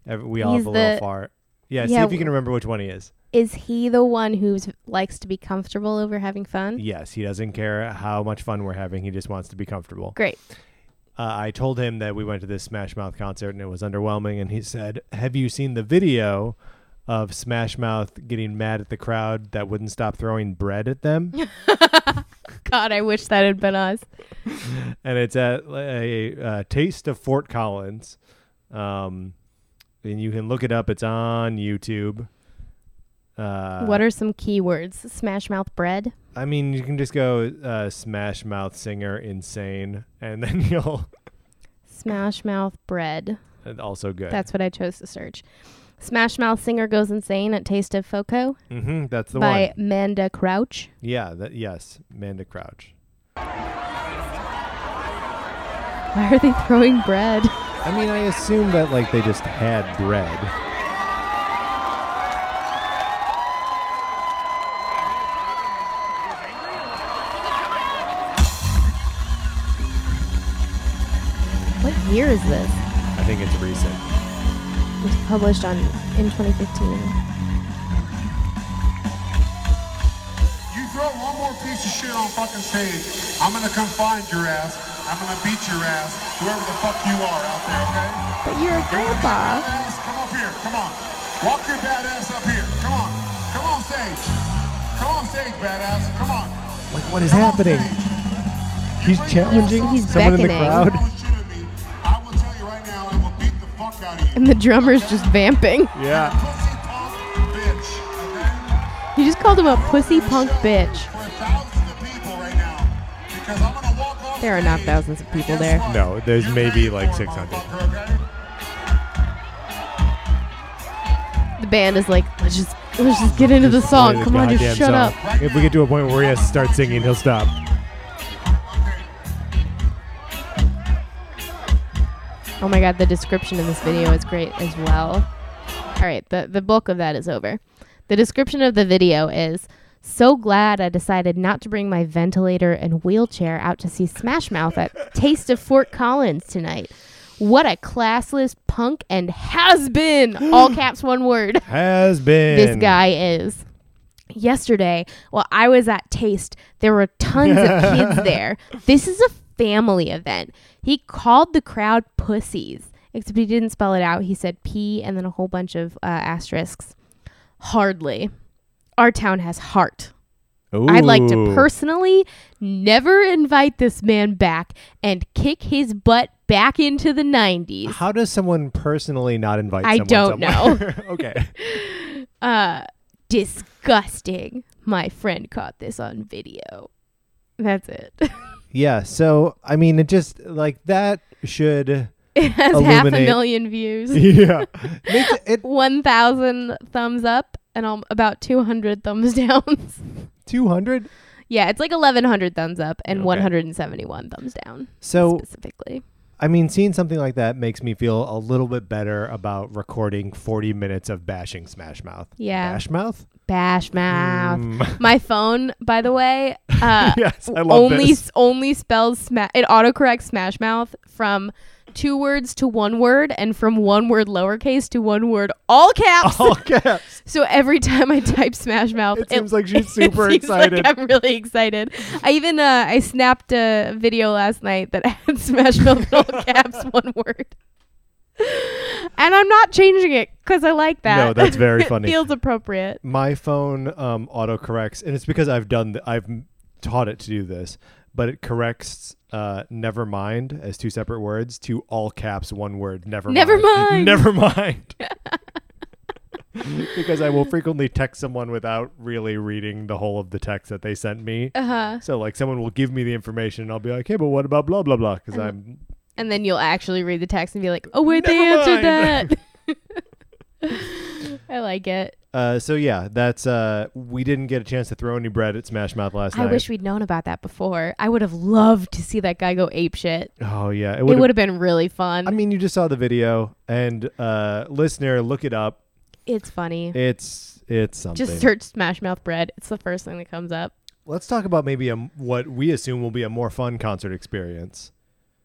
Ev- We all He's have a little the- Farr. Yeah, see Yeah, if you can remember which one he is. Is he the one who likes to be comfortable over having fun? Yes, he doesn't care how much fun we're having. He just wants to be comfortable. Great. uh, I told him that we went to this Smash Mouth concert and it was underwhelming. And he said, Have you seen the video of Smash Mouth getting mad at the crowd that wouldn't stop throwing bread at them? God, I wish that had been us. and it's at a, uh Taste of Fort Collins. Um, and you can look it up, it's on YouTube. Uh, what are some keywords? Smash mouth bread. I mean, you can just go uh, Smash Mouth singer insane, and then you'll. Smash mouth bread. and Also good. That's what I chose to search. Smash Mouth singer goes insane at Taste of Foco hmm that's the one. by Manda Crouch. Yeah. That, yes. Manda Crouch. Why are they throwing bread? I mean, I assume that like they just had bread. What year is this? I think it's recent. It was published on in 2015. You throw one more piece of shit on fucking stage, I'm gonna come find your ass. I'm gonna beat your ass, whoever the fuck you are out there, okay? But you're a grandpa. Badass, come up here, come on. Walk your badass up here. Come on. Come on stage. Come on stage, badass. Come on. Like, what is Come on happening? stage. He's challenging He's someone in the beckoning. You crowd. throw shit at me, I will tell you right now, I will beat the fuck out of you. And the drummer's just vamping. Yeah. Pussy punk bitch, okay? You just called him a pussy punk bitch. For thousands of people right now, because I'm gonna walk off There are not stage, thousands of and people guess there. what? No, there's You're maybe paying like for it, 600. motherfucker, okay? The band is like, let's just let's just get into the song. Play Come on, goddamn just shut song. up. If we get to a point where he has to start singing, he'll stop. Oh my god, the description in this video is great as well. All right, the, the bulk of that is over. The description of the video is so glad I decided not to bring my ventilator and wheelchair out to see Smash Mouth at Taste of Fort Collins tonight. What a classless punk and has been! All caps, one word Has been. this guy is. Yesterday, while I was at Taste, there were tons of kids there. This is a family event. He called the crowd pussies, except he didn't spell it out. He said P and then a whole bunch of uh, asterisks. Hardly. Our town has heart. I'd like to Ooh. personally never invite this man back and kick his butt back into the 90s. How does someone personally not invite? I someone don't somewhere? okay. uh disgusting my friend caught this on video that's it Yeah. So I mean, it just like that should. it has half a Illuminate. million views Yeah. Makes it, it 1000 thumbs up and um, about 200 thumbs downs two hundred. yeah it's like 1100 thumbs up and Okay. 171 thumbs down So specifically I mean, seeing something like that makes me feel a little bit better about recording forty minutes of bashing Smash Mouth. Yeah. Bash Mouth. bash mouth Mm. my phone by the way uh yes, I love only this. only spells sma- it autocorrects smash mouth from two words to one word and from one word lowercase to one word all caps All caps. so every time i type smash mouth Oh. It seems like she's super seems like excited. i'm really excited i even uh, i snapped a video last night that had smash mouth in all caps one word and i'm not changing it because i like that No, that's very It funny. feels appropriate my phone um, autocorrects, and it's because I've done th- I've m- taught it to do this, but it corrects uh, "never mind" as two separate words to all caps one word. Never, Never mind. never mind. because I will frequently text someone without really reading the whole of the text that they sent me. uh-huh So like someone will give me the information, and I'll be like, "Hey, but what about blah blah blah?" Because Uh-huh. I'm and then you'll actually read the text and be like, "Oh wait, they Never answered mind. that." I like it. uh, so yeah. That's uh, we didn't get a chance to throw any bread at Smash Mouth last I night. wish we'd known about that before. I would have loved to see that guy go ape shit. oh yeah, It would've would have been really fun. I mean, you just saw the video, and uh, listener, look it up. it's funny. It's it's something. Just search Smash Mouth Bread. It's the first thing that comes up. Let's talk about maybe a, what we assume will be a more fun concert experience.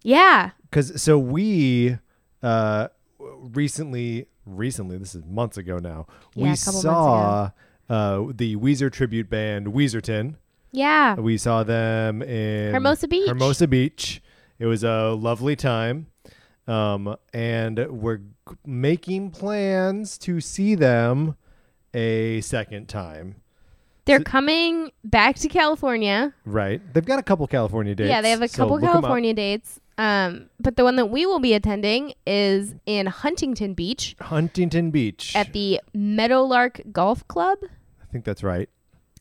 Yeah. Because so we uh, recently, recently, this is months ago now. Yeah, we a couple saw uh, the Weezer tribute band Weezerton. Yeah. We saw them in Hermosa Beach. Hermosa Beach. It was a lovely time. Um, and we're g- making plans to see them a second time. They're coming back to California. Right. They've got a couple California dates. Yeah, they have a so couple look 'em up. California dates. Um, but the one that we will be attending is in Huntington Beach Huntington Beach. at the Meadowlark Golf Club I think that's right.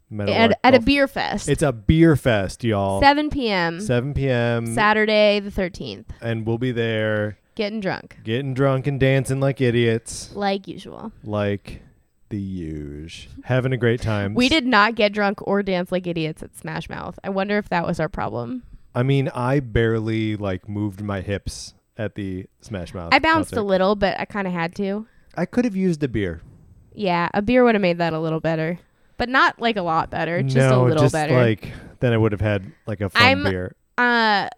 Meadowlark at, at a Golf- beer fest. It's a beer fest, y'all. 7 p.m. 7 p.m. Saturday the 13th. and we'll be there Getting drunk getting drunk and dancing like idiots, like usual. like the huge. Having a great time. We did not get drunk or dance like idiots at Smash Mouth. I wonder if that was our problem. I mean, I barely like moved my hips at the Smash Mouth. I bounced concert. a little, but I kind of had to. I could have used a beer. Yeah, a beer would have made that a little better, but not like a lot better. Just no, a little just better. like then I would have had like a fun I'm- beer. uh,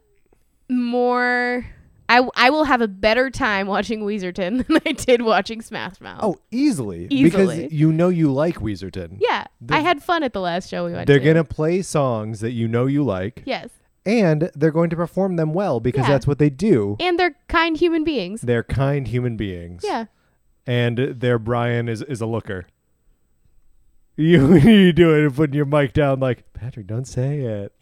more. I, I will have a better time watching Weezerton than I did watching Smash Mouth. Oh, easily, Easily. because you know you like Weezerton. yeah, the- I had fun at the last show we went They're to. gonna play songs that you know you like, yes, and they're going to perform them well because Yeah. that's what they do. and they're kind human beings. They're kind human beings. Yeah, and their Brian is is a looker. You you doing putting your mic down like Patrick? Don't say it.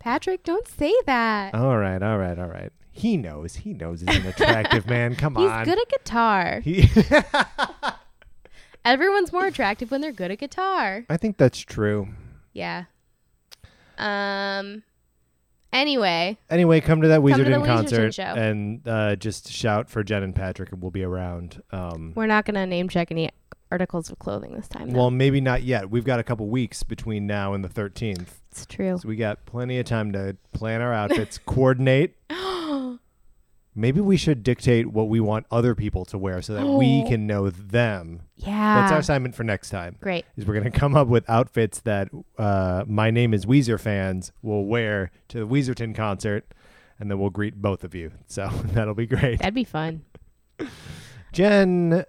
Patrick, don't say that. All right, all right, all right. He knows. He knows he's an attractive man. Come He's on. good at guitar. He- Everyone's more attractive when they're good at guitar. I think that's true. Yeah. Um. Anyway, Anyway, come to that to the Weezerton Weezerton concert show. and uh, just shout for Jen and Patrick, and we'll be around. Um, we're not gonna name check any articles of clothing this time. though. well, maybe not yet. We've got a couple weeks between now and the 13th, it's true. so we got plenty of time to plan our outfits, coordinate. Maybe we should dictate what we want other people to wear so that Oh. we can know them. Yeah. That's our assignment for next time. Great. Is we're gonna come up with outfits that uh, my name is Weezer fans will wear to the Weezerton concert, and then we'll greet both of you. So that'll be great. That'd be fun. Jen,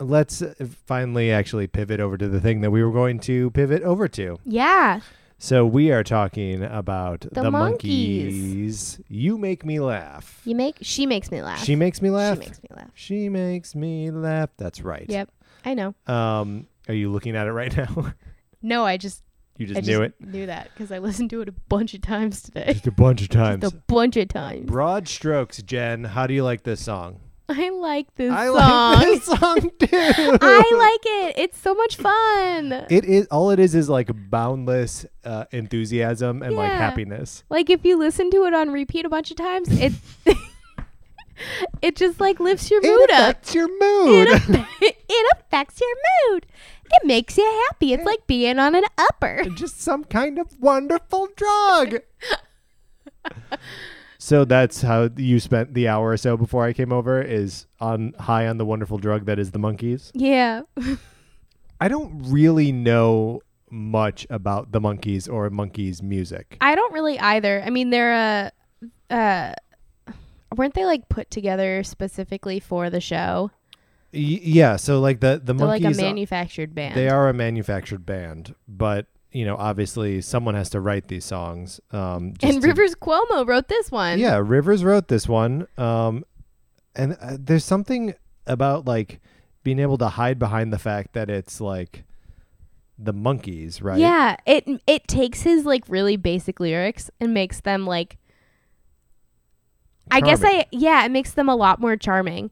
let's uh, finally actually pivot over to the thing that we were going to pivot over to. Yeah. So we are talking about the, monkeys. monkeys. You make me laugh. You make she makes me laugh. She makes me laugh. She makes me laugh. She makes me laugh. That's right. Yep. I know. Um, are you looking at it right now? No, I just you just I knew it. Knew that because I listened to it a bunch of times today. Just a bunch of times. a bunch of times. Broad strokes, Jen. How do you like this song? I like this I song. like this song too. I like it. It's so much fun. it is all it is is like boundless uh, enthusiasm and like Yeah. happiness. like if you listen to it on repeat a bunch of times, it it just like lifts your mood It up. affects your mood. It, affect- it affects your mood. It makes you happy. It's like being on an upper. just some kind of wonderful drug. so that's how you spent the hour or so before I came over is on high on the wonderful drug that is the monkeys. Yeah. I don't really know much about the monkeys or monkeys music. I don't really either. I mean, they're uh, uh, weren't they like put together specifically for the show? Y- yeah, so like the the They're monkeys uh, like a are- manufactured band. they are a manufactured band, but you know, obviously someone has to write these songs. Um just And to- Rivers Cuomo wrote this one. Yeah, Rivers wrote this one. Um, and uh, there's something about like being able to hide behind the fact that it's like the monkeys, right? Yeah, it it takes his like really basic lyrics and makes them like I guess Charming. I yeah, it makes them a lot more charming.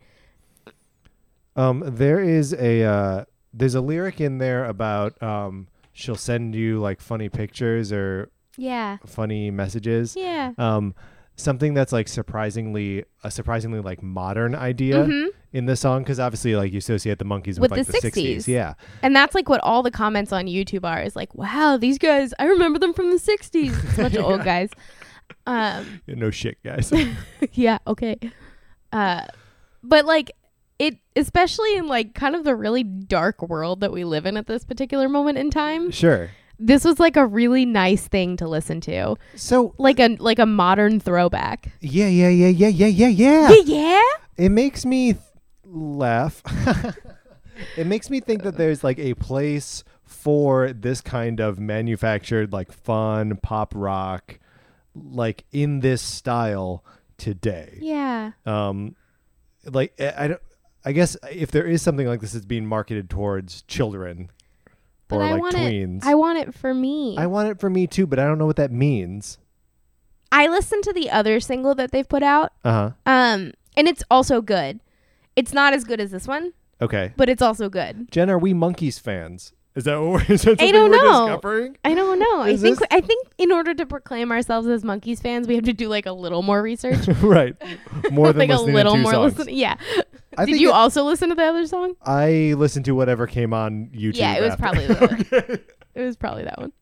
Um, there is a uh, there's a lyric in there about um, she'll send you like funny pictures or Yeah. funny messages. Yeah. Um, something that's like surprisingly a surprisingly like modern idea Mm-hmm. in the song because obviously like you associate the monkeys with, With like the the 60s. 60s. Yeah. And that's like what all the comments on YouTube are is like, "Wow, these guys, I remember them from the 60s." It's a bunch of old guys. Um No shit, guys. yeah okay uh but like it especially in like kind of the really dark world that we live in at this particular moment in time sure. this was like a really nice thing to listen to So like a like a modern throwback Yeah, yeah, yeah, yeah, yeah, yeah, yeah. yeah It makes me th- laugh. it makes me think that there's like a place for this kind of manufactured, like fun pop rock, like in this style today. yeah Um, like I, I don't. I guess if there is something like this that's being marketed towards children but or i like want tweens, it i want it for me I I want it for me too, but I don't know what that means. listened to the other single that they've put out Uh huh. um and it's also good it's not as good as this one Okay. but it's also good Jen, are we monkeys fans? Is that what we're, is that something don't we're know. discovering? I don't know. I Is think this- I think in order to proclaim ourselves as monkeys fans, we have to do like a little more research. right. More than like a listening little to two more songs. listen. Yeah. I Did think you it- also listen to the other song? I listened to whatever came on YouTube. Yeah, it was after. probably that. one. It was probably that one.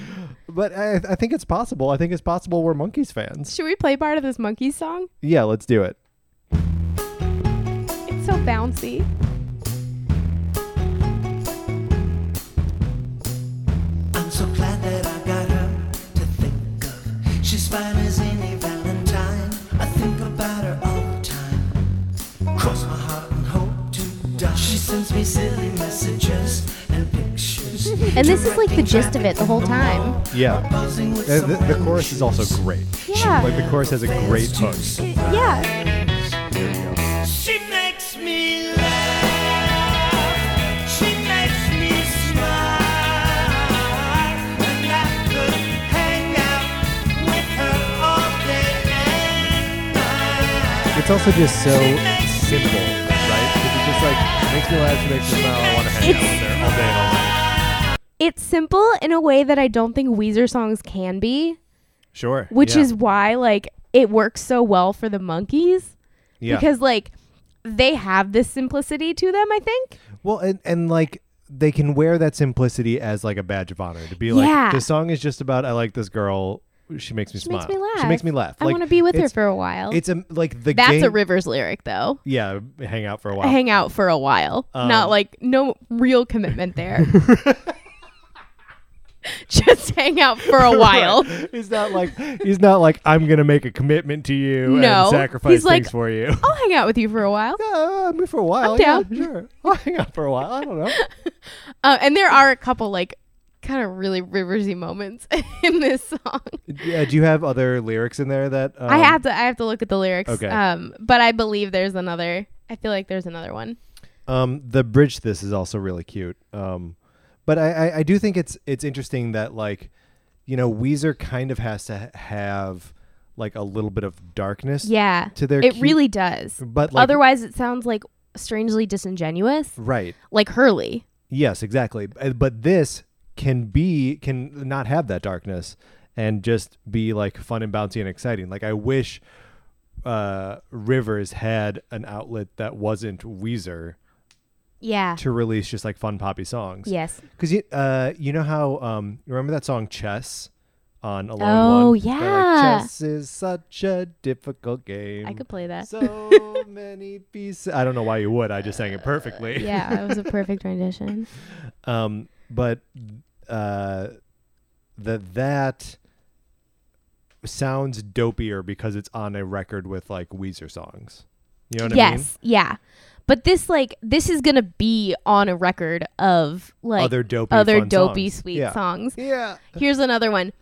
But I, I think it's possible. I think it's possible we're monkeys fans. Should we play part of this monkey song? Yeah, let's do it. It's so bouncy. I'm so glad that I got her to think of. She's fine as any Valentine. I think about her all the time. Cross my heart and hope to die. She sends me silly messages and pictures. And this is like the gist of it the whole time. Yeah. Posing with The, the- the someone chorus is also great. Yeah. Like the chorus has a great hook. Yeah. She makes me laugh. She makes me smile. And I could hang out with her all day and night. It's also just so makes me simple, right? 'Cause it's just like makes me laugh, she makes me smile. I want to hang out with her all day and all night. It's simple in a way that I don't think Weezer songs can be, Sure. which yeah. is why like it works so well for the monkeys yeah. because like they have this simplicity to them, I think. Well, and and like they can wear that simplicity as like a badge of honor to be like Yeah. this song is just about I like this girl. She makes me She smile. makes me laugh. She makes me laugh. I Like, want to be with her it's- for a while. It's a like the That's gang- a Rivers lyric though. yeah hang out for a while. Hang out for a while. Um, Not like no real commitment there. Just hang out for a while. he's not like he's not like I'm gonna make a commitment to you No. and sacrifice He's like, things for you. I'll hang out with you for a while. Yeah, I mean, for a while. I'm yeah, down. sure. I'll hang out for a while. I don't know. Uh, and there are a couple like kind of really riversy moments in this song. Yeah, Uh, do you have other lyrics in there that um, I have to I have to look at the lyrics. okay. Um, but I believe there's another. I feel like there's another one. Um, the bridge to this is also really cute. Um, but I, I, I do think it's it's interesting that like, you know, Weezer kind of has to ha- have like a little bit of darkness. Yeah. To their it cute- really does. But like, Otherwise, it sounds like strangely disingenuous, right? like Hurley. Yes, exactly. Uh, But this can be can not have that darkness and just be like fun and bouncy and exciting. Like I wish uh Rivers had an outlet that wasn't Weezer Yeah. to release just like fun poppy songs. Yes. Because you, uh, you know how um, you remember that song Chess on Alone Oh, One? They're like, yeah. Chess is such a difficult game. I could play that. So many pieces. I don't know why you would. I just sang it perfectly. Uh, yeah, it was a perfect rendition. Um, but uh, that that sounds dopier because it's on a record with like Weezer songs. You know what I mean? yes. Yeah. But this like this is gonna be on a record of like other dopey, other fun dopey songs. sweet yeah. songs. Yeah. Here's another one.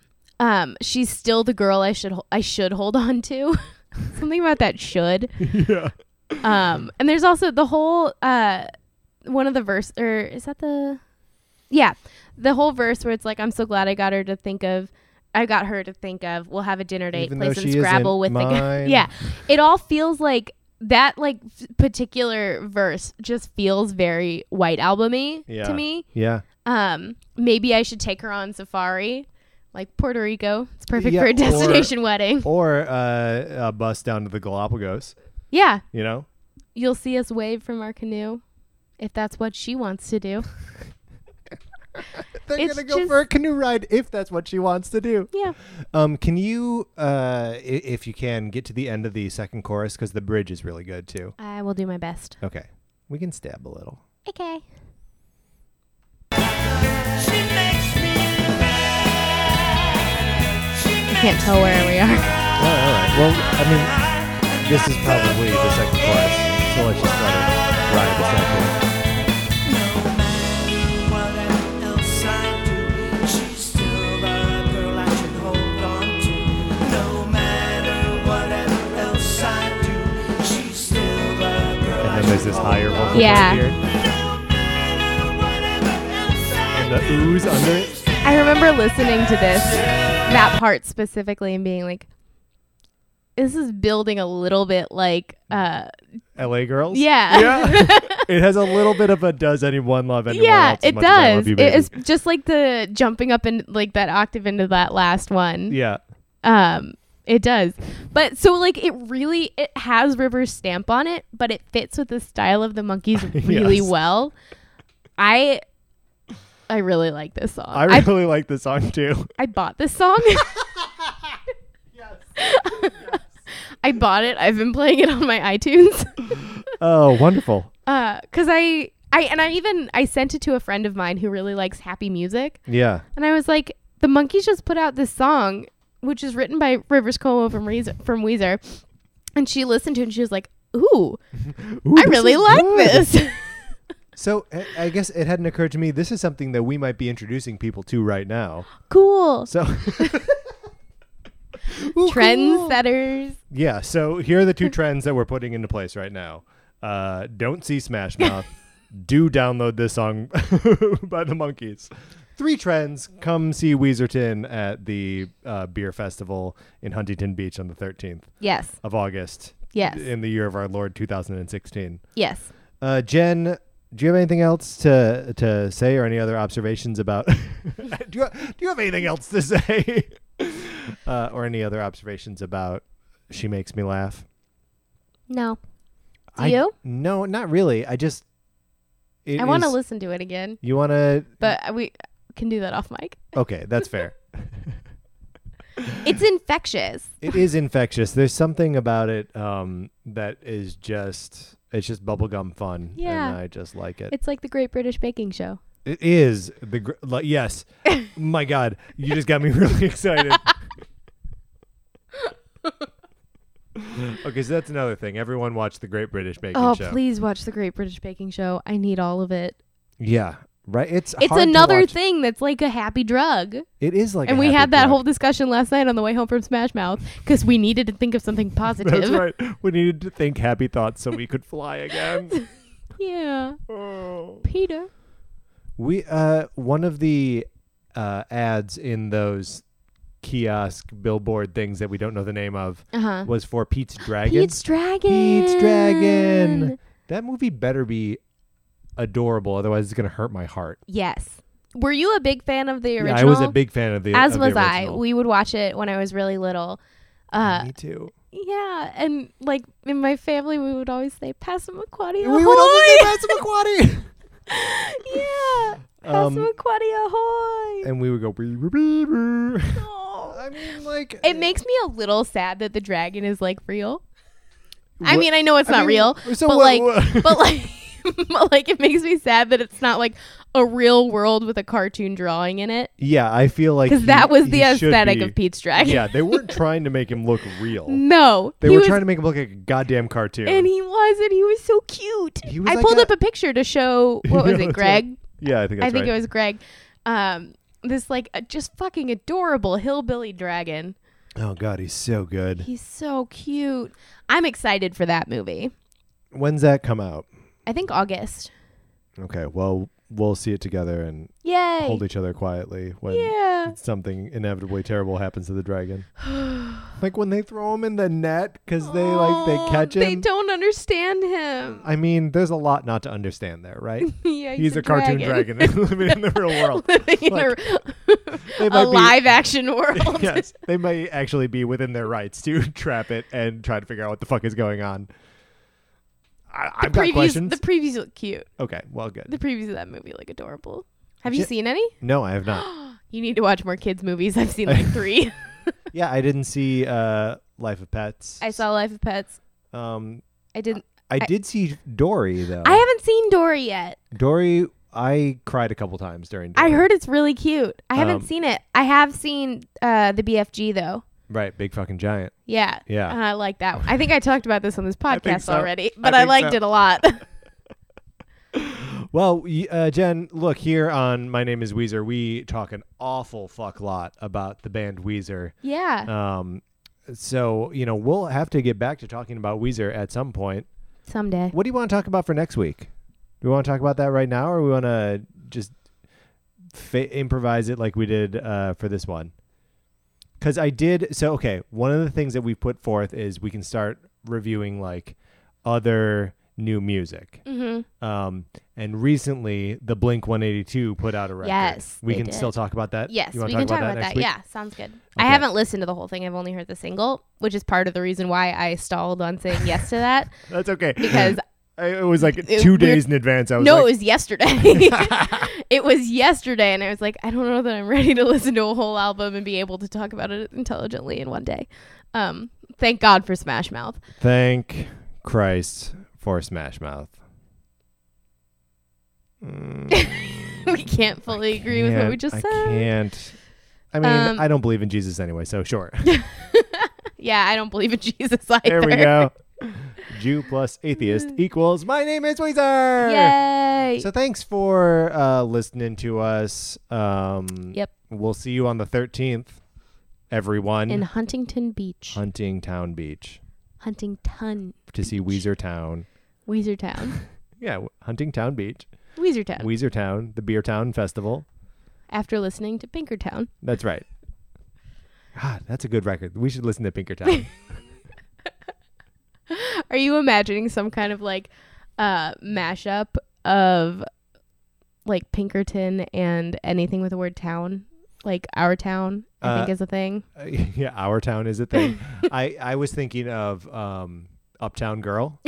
Um, she's still the girl I should hol- I should hold on to. Something about that should. Yeah. Um, and there's also the whole uh, one of the verse or is that the yeah the whole verse where it's like I'm so glad I got her to think of. I got her to think of. We'll have a dinner date, Even play though some she isn't Scrabble with the guy. mine. Yeah, it all feels like that. Like f- particular verse just feels very white albumy Yeah. to me Yeah. um, maybe I should take her on safari, like Puerto Rico. It's perfect Yeah, for or- a destination wedding. or uh, a bus down to the Galapagos. Yeah, You know, you'll see us wave from our canoe, if that's what she wants to do. they're It's gonna go just- for a canoe ride if that's what she wants to do. Yeah, Um, can you, uh, i- if you can, get to the end of the second chorus because the bridge is really good too. I will do my best. Okay, we can stab a little. Okay. She makes me laugh. She I can't tell where we are. Oh, all right. Well, I mean, this is probably the second chorus, so let's just let it ride the second. What else I do, she's still the girl I should hold on to. No matter what else I do, she's still the girl I And then should there's this higher vocal part Yeah. here, and the ooze under it. I remember listening to this, that part specifically, and being like, "This is building a little bit like, uh, L.A. Girls. yeah, Yeah. it has a little bit of a "Does anyone love anyone yeah, else?" as it much as I love does. you, It baby." is just like the jumping up and like that octave into that last one. Yeah. Um, it does. But so like it really it has River's stamp on it, but it fits with the style of the monkeys really Yes. well. I I really like this song. I I really like this song too. I bought this song. yes. I bought it. I've been playing it on my iTunes. Oh, wonderful. Uh, cause I, I, and I even, I sent it to a friend of mine who really likes happy music. Yeah. And I was like, the monkeys just put out this song, which is written by Rivers Cuomo from Weezer. From Weezer. And she listened to it and she was like, ooh, Ooh, I this really is like good. this. So I- I guess it hadn't occurred to me. This is something that we might be introducing people to right now. cool. So Trendsetters. yeah. So here are the two trends that we're putting into place right now. Uh, don't see Smash Mouth. Do download this song by the Monkeys. Three trends. Come see Weezerton at the uh, beer festival in Huntington Beach on the 13th Yes. of August. Yes. In the year of our Lord 2016. Yes. Uh, Jen, do you have anything else to to say, or any other observations about? do you do you have anything else to say, uh, or any other observations about? She makes me laugh. No. Do I- you? No, not really. I just. it I want to is- listen to it again, You want to? but we can do that off mic. Okay, that's fair. It's infectious. it is infectious. There's something about it um, that is just. It's just bubblegum fun, Yeah. and I just like it. It's like the Great British Baking Show. It is the gr- like yes. My God, you just got me really excited. okay, so that's another thing. Everyone watch the Great British Baking Oh, Show. please watch the Great British Baking Show. I need all of it. Yeah, right. It's It's hard to another watch. thing that's like a happy drug. It is like, and a we happy had that drug. whole discussion last night on the way home from Smash Mouth because we needed to think of something positive. That's right. We needed to think happy thoughts so we could fly again. Yeah, Oh. Peter. We uh one of the uh ads in those kiosk billboard things that we don't know the name of Uh huh. was for Pete's Dragon. Pete's Dragon. Pete's Dragon. That movie better be adorable, otherwise it's gonna hurt my heart. Yes. Were you a big fan of the Yeah, original? I was a big fan of the As of the was I. original. We would watch it when I was really little. Uh, Me too. yeah, and like in my family, we would always say "Passamaquoddy We would always say ahoy!" Matsumquatty. yeah, Um, "Passamaquoddy ahoy!" and we would go. "Bree, bree, bree, bree." Oh. I mean, like It makes me a little sad that the dragon is like real. I What- mean, I know it's I not mean, real, so but what- like, what- but like, but like, it makes me sad that it's not like a real world with a cartoon drawing in it yeah, I feel like because he- that was he the should aesthetic be- of Pete's dragon. Yeah, they weren't trying to make him look real. No, They he were was, trying to make him look like a goddamn cartoon. and he was, and he was so cute. He was I like pulled a- up a picture to show what Yeah, was that's it, right. Greg? yeah, I think that's I think right. it was Greg. Um, this like uh, just fucking adorable hillbilly dragon. Oh god, he's so good. He's so cute. I'm excited for that movie. When's that come out? I think August. Okay, well we'll see it together and Yay. hold each other quietly when Yeah. something inevitably terrible happens to the dragon. like when they throw him in the net because they like they catch him. Oh, They don't understand him. I mean, there's a lot not to understand there, right? Yeah, He's a, cartoon dragon, living in the real world. Living Like, in they a, a might be- live action world. yes, they may actually be within their rights to trap it and try to figure out what the fuck is going on. I, I've got Previews- questions. The previews look cute. okay, well, good. The previews of that movie look adorable. Have you Yeah. seen any? No, I have not. You need to watch more kids' movies. I've seen like three. yeah, I didn't see uh, Life of Pets. I saw Life of Pets. Um, I didn't. I, did see Dory though. I haven't seen Dory yet. Dory, I cried a couple times during. Dory. I heard it's really cute. I haven't Um, seen it. I have seen uh, the BFG though. Right, big fucking giant. Yeah. Yeah. And I like that. one. I think I talked about this on this think podcast so. already, but I I, think liked so. it a lot. Uh-huh. Well, y- uh, Jen, look here on My Name Is Weezer. We talk an awful fuck lot about the band Weezer. yeah. Um, so you know we'll have to get back to talking about Weezer at some point. Someday. What do you want to talk about for next week? Do we want to talk about that right now, or we want to just fa- improvise it like we did uh, for this one? Because I did. So okay, one of the things that we put forth is we can start reviewing like other new music. Mm-hmm. Um, and recently, the Blink 182 put out a record. Yes, we they can did. still talk about that. Yes, you want we to can talk talk about that next week? Yeah, sounds good. Okay. I haven't listened to the whole thing. I've only heard the single, which is part of the reason why I stalled on saying yes to that that's okay. because I, it was like It- two we're- days in advance. I was no, like, it was yesterday. it was yesterday, and I was like, I don't know that I'm ready to listen to a whole album and be able to talk about it intelligently in one day. Um, Thank God for Smash Mouth. Thank Christ for Smash Mouth. we can't fully agree with what we Can't- just Mm, I said. can't. I mean, Um, I don't believe in Jesus anyway, so sure. Yeah, I don't believe in Jesus either. there we go. Jew plus atheist equals my name is Weezer. Mm. Yay. So thanks for uh, listening to us. Um, Yep. We'll see you on the 13th, everyone. in Huntington Beach, Huntingtown Beach Huntington, to see Weezer Town. Weezertown, Yeah, w- Huntingtown Beach, Weezertown. Weezer Town, the Beer Town Festival. after listening to Pinkertown. That's right. God, that's a good record. We should listen to Pinkertown. Are you imagining some kind of like uh mashup of like Pinkerton and anything with the word town? Like our town, I Uh, think is a thing. Uh, yeah, our town is a thing. I I was thinking of um, Uptown Girl.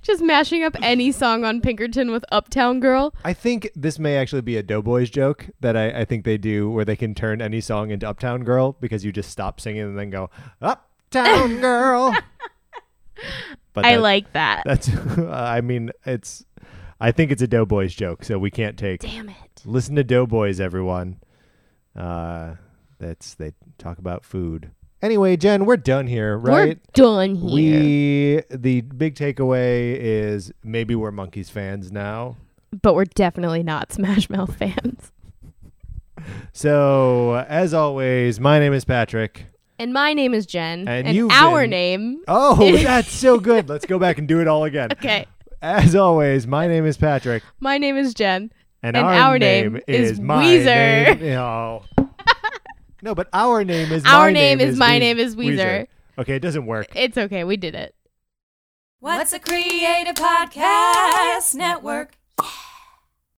Just mashing up any song on Pinkerton with Uptown Girl. I think this may actually be a Doughboys joke that I, I think they do, where they can turn any song into Uptown Girl because you just stop singing and then go Uptown Girl. But I that- like that. that's. uh, I mean, it's. I think it's a Doughboys joke, so we can't take. Damn it. Listen to Doughboys, everyone. Uh, that's they talk about food. Anyway, Jen, we're done here, right? We're done We here. the big takeaway is maybe we're monkeys fans now. but we're definitely not Smash Mouth fans. So as always, my name is Patrick. And my name is Jen. And And, you've our been- name. Oh, that's so good. Let's go back and do it all again. Okay. As always, my name is Patrick, My name is Jen. and, And our, our name, name is, is my Weezer. name- Oh. No, but our name is Our my name is my Weez- name is Weezer. Okay, it doesn't work. It's okay. We did it. What's a Creative Podcast Network?